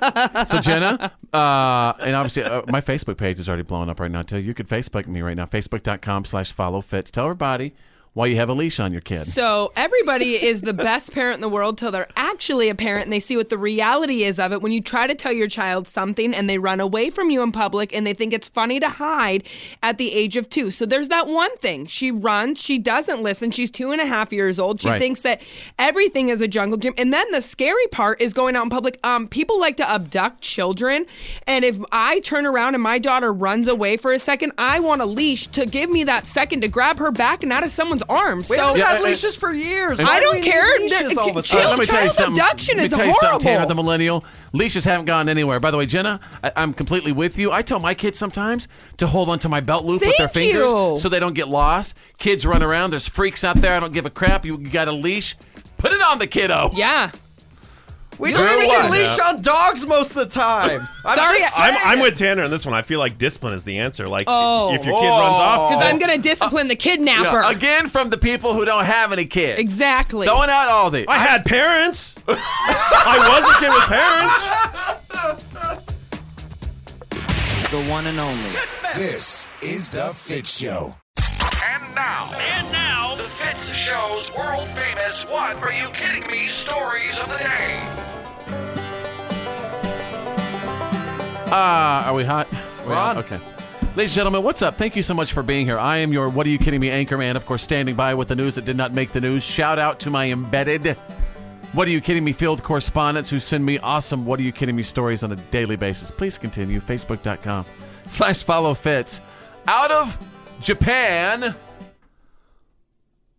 S9: So Jenna, uh, and obviously uh, my Facebook page is already blowing up right now too. You could Facebook me right now, Facebook.com/slash follow fits. Tell everybody why you have a leash on your kid.
S10: So everybody is the best parent in the world till they're actually a parent and they see what the reality is of it. When you try to tell your child something and they run away from you in public and they think it's funny to hide at the age of two. So there's that one thing. She runs, she doesn't listen, she's two and a half years old. She
S16: Right.
S10: thinks that everything is a jungle gym. And then the scary part is going out in public. Um, people like to abduct children. And if I turn around and my daughter runs away for a second, I want a leash to give me that second to grab her back and out of someone's arms.
S1: We
S10: so
S1: haven't had leashes for years.
S10: I
S1: Why do
S10: don't
S1: we need
S10: care.
S1: leashes
S10: They're-
S1: all of a
S10: child-
S1: sudden?
S9: Uh, let me tell you
S10: child
S9: something.
S10: abduction
S9: Let me
S10: is
S9: tell you something, Tanner
S10: horrible.
S9: the millennial. Leashes haven't gone anywhere. By the way, Jenna, I, I'm completely with you. I tell my kids sometimes to hold onto my belt loop with their
S10: Thank
S9: fingers
S10: you.
S9: so they don't get lost. Kids run around. There's freaks out there. I don't give a crap. You got a leash. Put it on the kiddo.
S10: Yeah.
S1: We
S9: You're
S1: just see a
S9: what?
S1: leash on dogs most of the time. I'm
S10: Sorry,
S1: just
S8: I'm,
S1: saying.
S8: I'm with Tanner on this one. I feel like discipline is the answer. Like,
S10: Oh.
S8: if your kid runs off,
S10: Because I'm going to discipline the kidnapper.
S9: Yeah, Again, from the people who don't have any kids.
S10: Exactly.
S9: Throwing out all the.
S8: I had parents. I was a kid with parents.
S19: The one and only.
S14: This is The Fit Show.
S17: And now, and now, the Fitz Show's world famous What Are You Kidding Me stories of the day.
S9: Ah, are we hot?
S17: We're on.
S9: Okay. Ladies and gentlemen, what's up? Thank you so much for being here. I am your What Are You Kidding Me anchor man, of course, standing by with the news that did not make the news. Shout out to my embedded What Are You Kidding Me field correspondents who send me awesome What Are You Kidding Me stories on a daily basis. Please continue. Facebook.com slash follow fits. Out of Japan.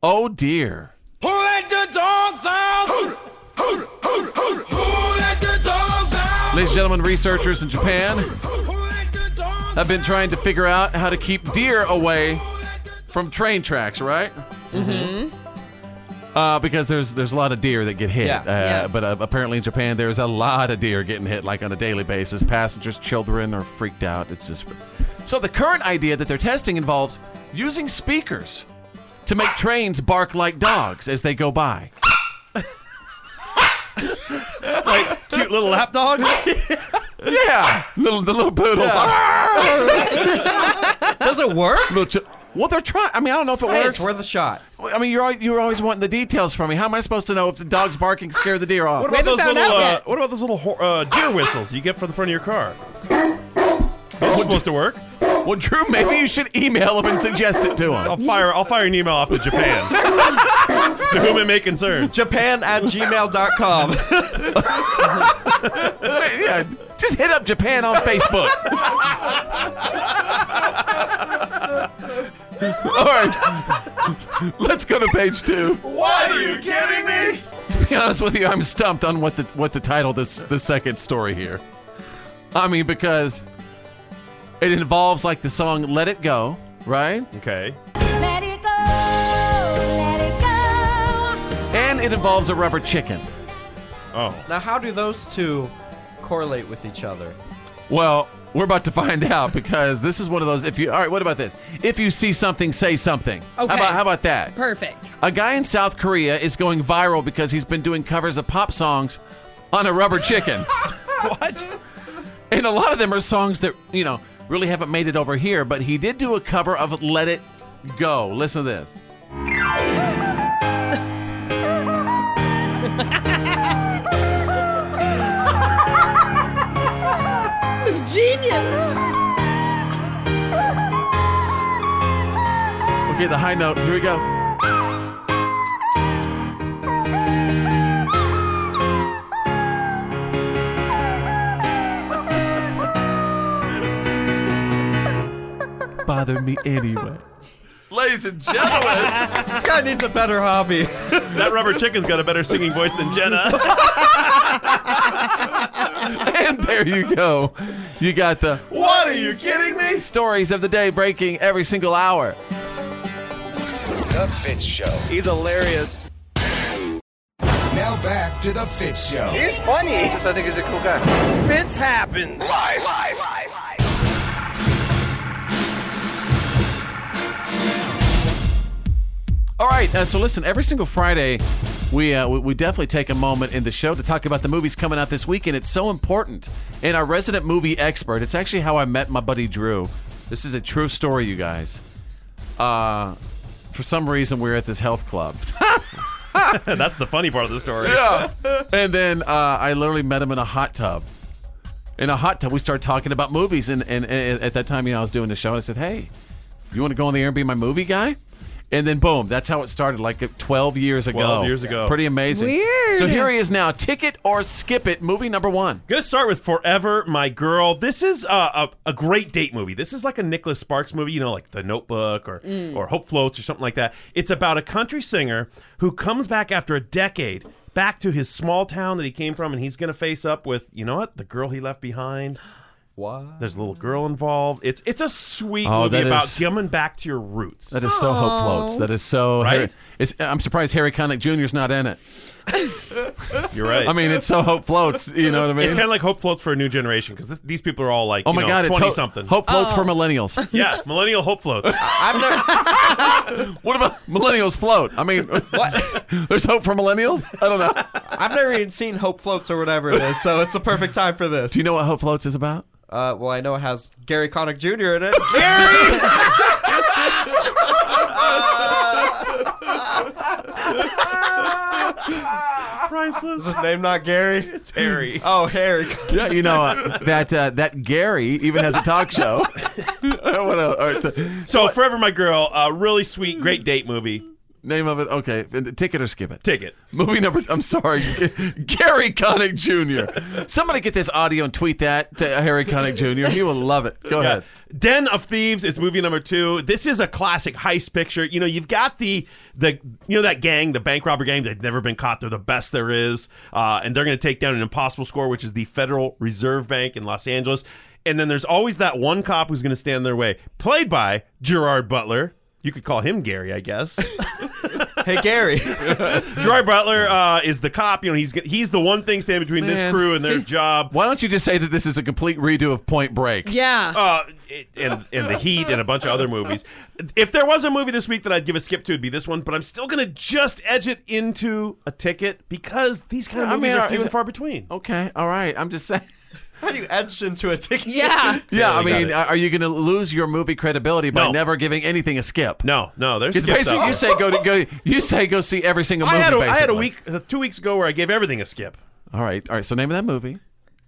S9: Oh dear.
S16: Who let the dogs out? Who, who, who, who, who let the dogs out?
S9: Ladies and gentlemen, researchers in Japan have been trying to figure out how to keep deer away from train tracks, right?
S16: Mm-hmm.
S9: Uh, because there's there's a lot of deer that get hit,
S16: Yeah.
S9: uh,
S16: Yeah.
S9: but uh, apparently in Japan there's a lot of deer getting hit like on a daily basis. Passengers, children are freaked out. It's just so the current idea that they're testing involves using speakers to make trains bark like dogs as they go by.
S8: like cute little lap dogs.
S9: yeah, little the little poodles.
S1: Does it work?
S9: well, they're trying. I mean, I don't know if it
S1: Hey,
S9: works.
S1: it's worth a shot.
S9: I mean, you're al- you're always wanting the details from me. How am I supposed to know if the dog's barking scare the deer off?
S8: What about those little? Uh, what about those little hor- uh, deer whistles you get for the front of your car? Those are supposed to work.
S9: Well, Drew, maybe you should email him and suggest it to him.
S8: I'll fire. I'll fire an email off to Japan, to whom it may concern.
S1: Japan at gmail.com.
S9: yeah, just hit up Japan on Facebook. All right, let's go to page two.
S16: What are you kidding me?
S9: be honest with you, I'm stumped on what the what to title this the second story here. I mean, because it involves like the song "Let It Go," right?
S8: Okay.
S16: Let it go, let it go.
S9: And it involves a rubber chicken.
S8: Oh.
S1: Now, how do those two correlate with each other?
S9: Well, we're about to find out because this is one of those. If you all right, what about this? If you see something, say something. How
S10: Okay.
S9: about how about that?
S10: Perfect.
S9: A guy in South Korea is going viral because he's been doing covers of pop songs on a rubber chicken.
S8: what?
S9: And a lot of them are songs that, you know, really haven't made it over here, but he did do a cover of Let It Go. Listen to this.
S16: this is genius.
S9: Okay, the high note. Here we go. Bother me anyway. Ladies and gentlemen,
S1: this guy needs a better hobby.
S8: that rubber chicken's got a better singing voice than Jenna.
S9: and there you go. You got the
S8: What are you kidding me?
S9: Stories of the day breaking every single hour.
S14: The Fit Show.
S17: He's hilarious.
S14: Now back to The Fit Show.
S17: He's funny. I think he's a cool guy.
S14: Fits happens.
S17: Live, live, live, live.
S9: All right, uh, so listen, every single Friday, we, uh, we we definitely take a moment in the show to talk about the movies coming out this weekend. It's so important. And our resident movie expert, it's actually how I met my buddy Drew. This is a true story, you guys. Uh, for some reason, we were at this health club.
S8: That's the funny part of the story.
S9: Yeah. and then uh, I literally met him in a hot tub. In a hot tub, we started talking about movies. And, and, and at that time, you know, I was doing the show, and I said, "Hey, you want to go on the air and be my movie guy?" And then boom, that's how it started, like 12 years ago.
S8: 12 years ago.
S9: Pretty amazing.
S8: Weird.
S9: So here he is now, Ticket or Skip It, movie number one.
S8: Gonna start with Forever My Girl. This is a, a, a great date movie. This is like a Nicholas Sparks movie, you know, like The Notebook or,
S9: Mm.
S8: or Hope Floats or something like that. It's about a country singer who comes back after a decade back to his small town that he came from, and he's gonna face up with, you know what, the girl he left behind.
S1: What?
S8: There's a little girl involved. It's it's a sweet
S9: Oh,
S8: movie
S9: that
S8: about
S9: is-
S8: coming back to your roots.
S9: That is so Hope Floats. That is so.
S8: Right?
S9: it's, I'm surprised Harry Connick Jr.'s not in it.
S8: You're right.
S9: I mean, it's so Hope Floats. You know what I mean?
S8: It's kind of like Hope Floats for a new generation because these people are all like,
S9: oh my
S8: you know,
S9: God, it's
S8: 20
S9: Hope,
S8: something.
S9: Hope Floats for millennials.
S8: Yeah, millennial Hope Floats.
S9: What about millennials float? I mean, what? There's hope for millennials? I don't know.
S1: I've never even seen Hope Floats or whatever it is, so it's the perfect time for this. Do
S9: you know what Hope Floats is about?
S1: Uh, well, I know it has Gary Connick Jr. in it.
S8: Priceless.
S1: Is his name not Gary? It's
S8: Harry.
S1: Oh, Harry.
S9: Yeah, you know uh, that uh, that Gary even has a talk show. What el- all right, so,
S8: so Forever My Girl, a really
S9: Mm.
S8: sweet, great date movie.
S9: Name of it? Okay, and ticket or skip it.
S8: Ticket.
S9: Movie number. I'm sorry, Gary Connick Jr. Somebody get this audio and tweet that to Harry Connick Jr. He will love it. Go
S8: Yeah.
S9: ahead.
S8: Den of Thieves is movie number two. This is a classic heist picture. You know, you've got the the you know that gang, the bank robber gang. They've never been caught. They're the best there is, uh, and they're going to take down an impossible score, which is the Federal Reserve Bank in Los Angeles. And then there's always that one cop who's going to stand in their way, played by Gerard Butler. You could call him Gary, I guess.
S1: hey, Gary.
S8: Gerard Butler uh, is the cop. You know, he's he's the one thing standing between this
S9: Man.
S8: crew and their
S9: See?
S8: job.
S9: Why don't you just say that this is a complete redo of Point Break?
S10: Yeah.
S8: Uh, it- and and the Heat and a bunch of other movies. If there was a movie this week that I'd give a skip to, it'd be this one. But I'm still gonna just edge it into a ticket because these kind of
S9: I
S8: movies
S9: mean, uh,
S8: are few
S9: is
S8: and
S9: it- Oh.
S8: far between.
S9: Okay. All right. I'm just saying.
S1: How do you edge into a ticket?
S10: Yeah.
S9: Yeah, I
S8: Barely got
S9: mean,
S8: it.
S9: are you going to lose your movie credibility by
S8: No.
S9: never giving anything a skip?
S8: No, no, there's
S9: It's
S8: skips
S9: basically
S8: out
S9: you
S8: there.
S9: say go to go. You say go see every single
S8: I
S9: movie.
S8: had a, I had a
S9: basically.
S8: week uh, two weeks ago where I gave everything a skip.
S9: All right, all right. So name of that movie?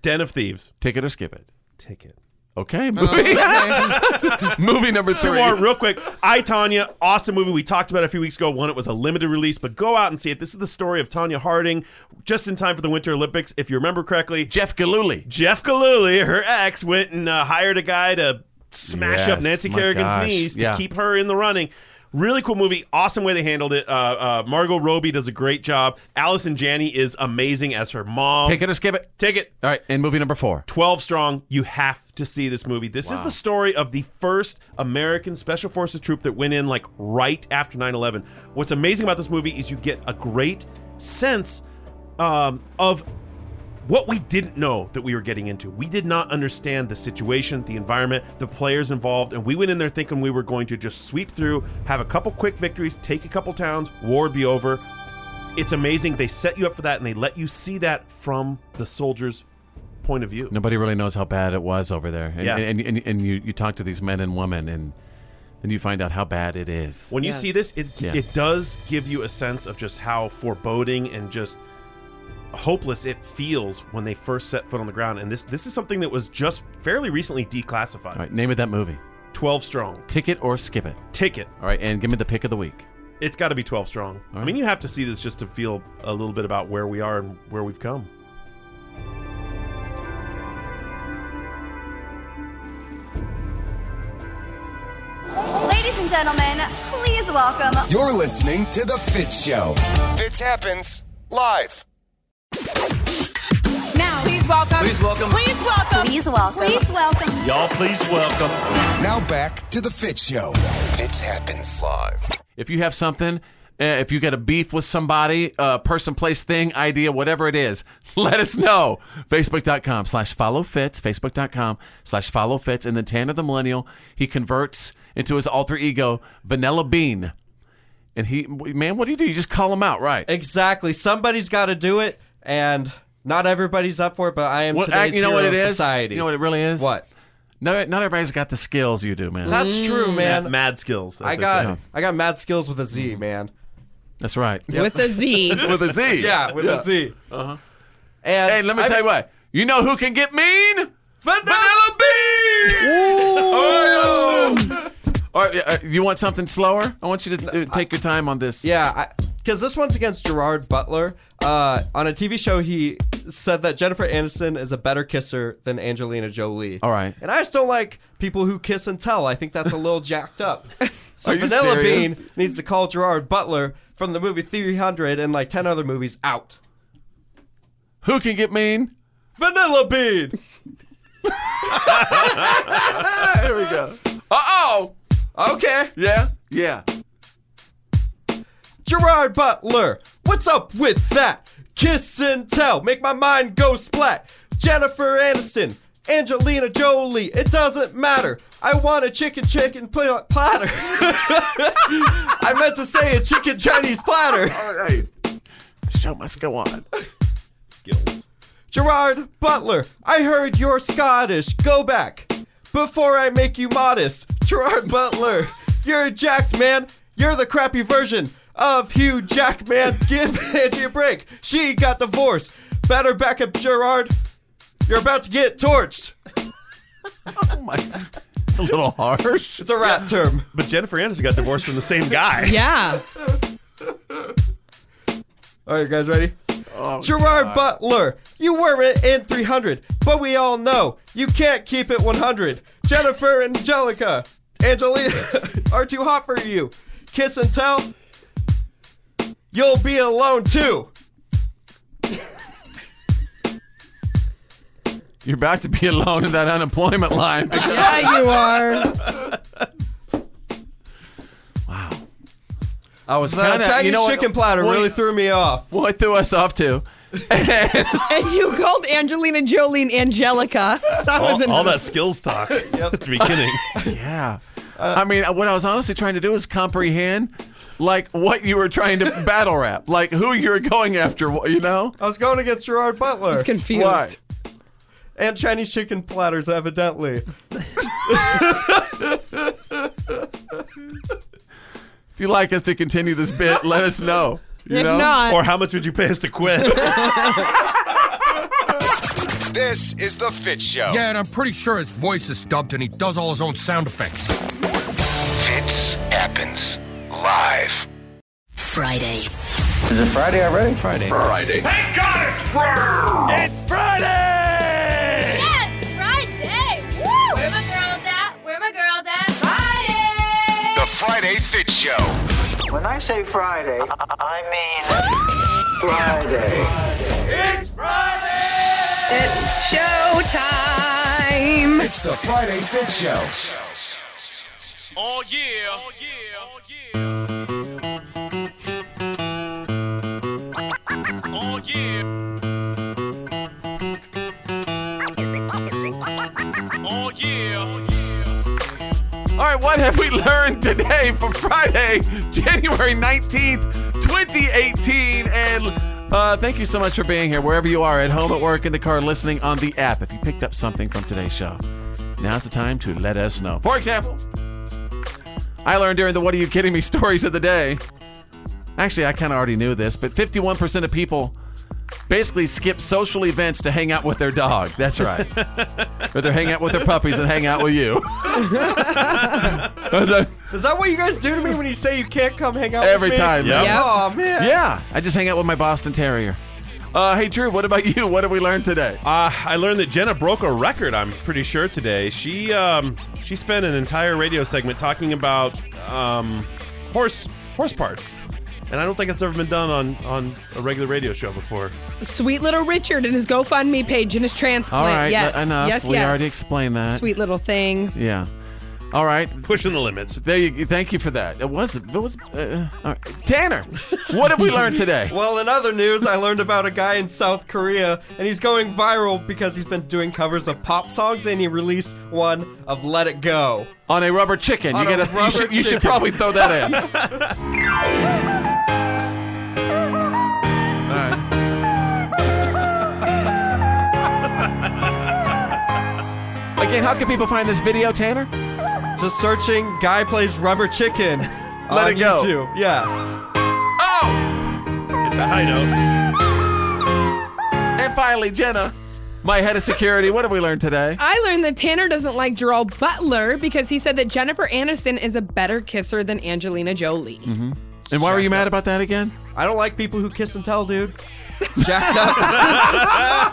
S8: Den of Thieves.
S9: Ticket or skip it?
S8: Ticket.
S9: Okay, movie. movie number
S8: Two
S9: three.
S8: more, real quick. I Tanya, awesome movie we talked about it a few weeks ago. One, it was a limited release, but go out and see it. This is the story of Tanya Harding, just in time for the Winter Olympics, if you remember correctly.
S9: Jeff Galooly.
S8: Jeff Galooly, her ex, went and uh, hired a guy to smash up
S9: Yes,
S8: Nancy
S9: my
S8: Kerrigan's
S9: gosh,
S8: knees to
S9: yeah.
S8: keep her in the running. Really cool movie. Awesome way they handled it. Uh, uh, Margot Robbie does a great job. Allison Janney is amazing as her mom.
S9: Take it or skip it.
S8: Take it.
S9: All right, and movie number four.
S8: 12 Strong, you have to see this movie. This is
S9: Wow.
S8: the story of the first American Special Forces troop that went in like right after 9 11. What's amazing about this movie is you get a great sense um, of what we didn't know that we were getting into. We did not understand the situation, the environment, the players involved, and we went in there thinking we were going to just sweep through, have a couple quick victories, take a couple towns, war would be over. It's amazing. They set you up for that and they let you see that from the soldiers' point of view.
S9: Nobody really knows how bad it was over there. And,
S8: Yeah.
S9: and, and, and you, you talk to these men and women, and then you find out how bad it is.
S8: When you see this, it
S9: Yeah.
S8: it does give you a sense of just how foreboding and just hopeless it feels when they first set foot on the ground. And this this is something that was just fairly recently declassified.
S9: All right, name of that movie.
S8: 12 Strong.
S9: Ticket or skip it.
S8: Ticket.
S9: All right, and give me the pick of the week.
S8: It's got to be 12 Strong. I mean, you have to see this just to feel a little bit about where we are and where we've come.
S5: Ladies and gentlemen, please welcome.
S14: You're listening to The Fit Show. Fits happens live.
S5: Now, please welcome.
S14: Please welcome.
S5: Please welcome. Please welcome. Please welcome.
S14: Y'all, please welcome. Now back to The Fit Show. Fits happens live.
S9: If you have something, uh, if you got a beef with somebody, uh, person, place, thing, idea, whatever it is, let us know. Facebook.com slash follow fits, Facebook.com slash follow fits. And then Tanner the Millennial, he converts into his alter ego, Vanilla Bean. And he, man, what do you do? You just call him out, right?
S1: Exactly. Somebody's got to do it, and not everybody's up for it. But I am
S9: What-
S1: today's
S9: you know
S1: hero
S9: what it
S1: of
S9: is?
S1: society.
S9: You know what it really is?
S1: What?
S9: No, not everybody's got the skills you do, man.
S1: That's true, man.
S8: Mad, mad skills. as
S1: I
S8: they
S1: got
S8: say.
S1: I got mad skills with a
S9: Mm-hmm.
S1: Z, man.
S9: That's right.
S10: With a Z.
S9: with a Z.
S1: Yeah, with a Z.
S9: Uh-huh.
S1: And
S9: hey, let me
S1: I-
S9: tell you what. You know who can get mean? Vanilla, Bean! Oh! All right, uh, you want something slower? I want you to uh, take your time on this.
S1: Yeah, because this one's against Gerard Butler. Uh, on a TV show, he said that Jennifer Aniston is a better kisser than Angelina Jolie.
S9: All right.
S1: And I just don't like people who kiss and tell. I think that's a little jacked up. So
S9: Are you
S1: Vanilla
S9: serious?
S1: Bean needs to call Gerard Butler from the movie 300 and like 10 other movies out.
S9: Who can get mean?
S1: Vanilla Bean.
S9: there we go. Uh oh.
S1: Okay.
S9: Yeah. Yeah.
S1: Gerard Butler, what's up with that? Kiss and tell, make my mind go splat. Jennifer Aniston, Angelina Jolie, it doesn't matter. I want a chicken chicken pl- platter. I meant to say a chicken Chinese platter.
S9: All right. Show must go on.
S1: Gerard Butler, I heard you're Scottish. Go back. Before I make you modest, Gerard Butler, you're jacked, man. You're the crappy version of Hugh Jackman. Give Angie a break. She got divorced. Better back up, Gerard. You're about to get torched.
S9: It's a little harsh.
S1: It's a rap term.
S8: But Jennifer Aniston got divorced from the same guy.
S10: Yeah.
S1: All right, guys, ready?
S9: Oh,
S1: Gerard
S9: God.
S1: Butler, you weren't in 300, but we all know you can't keep it 100. Jennifer Angelica, Angelina are too hot for you. Kiss and tell, you'll be alone too.
S9: You're about to be alone in that unemployment line.
S10: yeah, you are.
S9: I was
S1: The
S9: kind of
S1: Uh, Chinese
S9: you know what-
S1: chicken platter
S9: what-
S1: really threw me off.
S9: What threw us off too?
S10: and you called Angelina Jolie and Angelica. That was
S8: All, all
S10: another-
S8: that skills talk at the beginning.
S9: Yeah. I mean, what I was honestly trying to do is comprehend, like, what you were trying to battle rap, like, who you were going after, wh- you know?
S1: I was going against Gerard Butler. I
S10: was confused.
S9: Why?
S1: And Chinese chicken platters, evidently.
S9: If you like us to continue this bit, let us know. You
S14: If
S9: know?
S10: Uh,
S14: not-
S8: Or how much would you pay us to quit?
S14: This is The Fit Show.
S20: Yeah, and I'm pretty sure his voice is dubbed and he does all his own sound effects.
S14: Fits happens live.
S20: Friday.
S19: Is it Friday already? Friday.
S20: Friday.
S17: Thank God it's Friday! It's Friday!
S2: Yes, Friday. Woo! Where my girls at? Where my girls at? Friday.
S14: The Friday Fit Show.
S13: When I say Friday, I mean Friday.
S16: It's
S10: It's show time.
S14: It's the Friday Fit Show.
S17: All year. All year. All year.
S9: All right, what have we learned today for Friday, January 19th, 2018? And uh, thank you so much for being here, wherever you are, at home, at work, in the car, listening on the app. If you picked up something from today's show, now's the time to let us know. For example, I learned during the What Are You Kidding Me stories of the day. Actually, I kind of already knew this, but 51% of people basically skip social events to hang out with their dog. That's right. or they hang out with their puppies and hang out with you. That's a-
S1: Is that what you guys do to me when you say you can't come hang out
S9: Every
S1: with me?
S9: time. man.
S1: Oh man.
S9: Yeah, I just hang out with my Boston Terrier. Uh, hey, Drew, what about you? What have we learned today?
S8: Uh, I learned that Jenna broke a record. I'm pretty sure today. She um, she spent an entire radio segment talking about um, horse horse parts, and I don't think it's ever been done on on a regular radio show before.
S10: Sweet little Richard and his GoFundMe page and his transplant.
S9: All right,
S10: yes,
S9: e- enough.
S10: yes,
S9: we
S10: yes.
S9: already explained that.
S10: Sweet little thing.
S9: Yeah. All right.
S8: Pushing the limits.
S9: There you. Thank you for that. It was. It was. Uh, all right. Tanner, what have we learned today?
S1: Well, in other news, I learned about a guy in South Korea, and he's going viral because he's been doing covers of pop songs, and he released one of "Let It Go."
S9: On a rubber chicken, you
S1: On a
S9: get a. You
S1: rubber
S9: should, you should
S1: chicken.
S9: probably throw that in. all right. Again, how can people find this video, Tanner?
S1: Just searching "guy plays rubber chicken."
S9: Let
S1: on
S9: it go.
S1: YouTube. Yeah. Oh,
S8: Hit the high note.
S9: And finally, Jenna, my head of security. What have we learned today?
S10: I learned that Tanner doesn't like Gerald Butler because he said that Jennifer Aniston is a better kisser than Angelina Jolie.
S9: Mm-hmm. And why were you mad about that again?
S1: I don't like people who kiss and tell, dude. It's jacked up.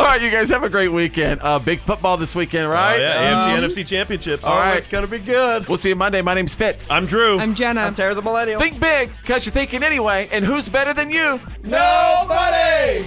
S9: All right, you guys have a great weekend. Uh, big football this weekend, right?
S8: Oh, yeah, AFC NFC championships.
S9: Um, All right,
S1: gonna be good.
S9: We'll see you Monday. My name's Fitz.
S8: I'm Drew.
S10: I'm Jenna. I'm
S1: Tara the Millennial.
S9: Think big, cause you're thinking anyway. And who's better than you?
S16: Nobody!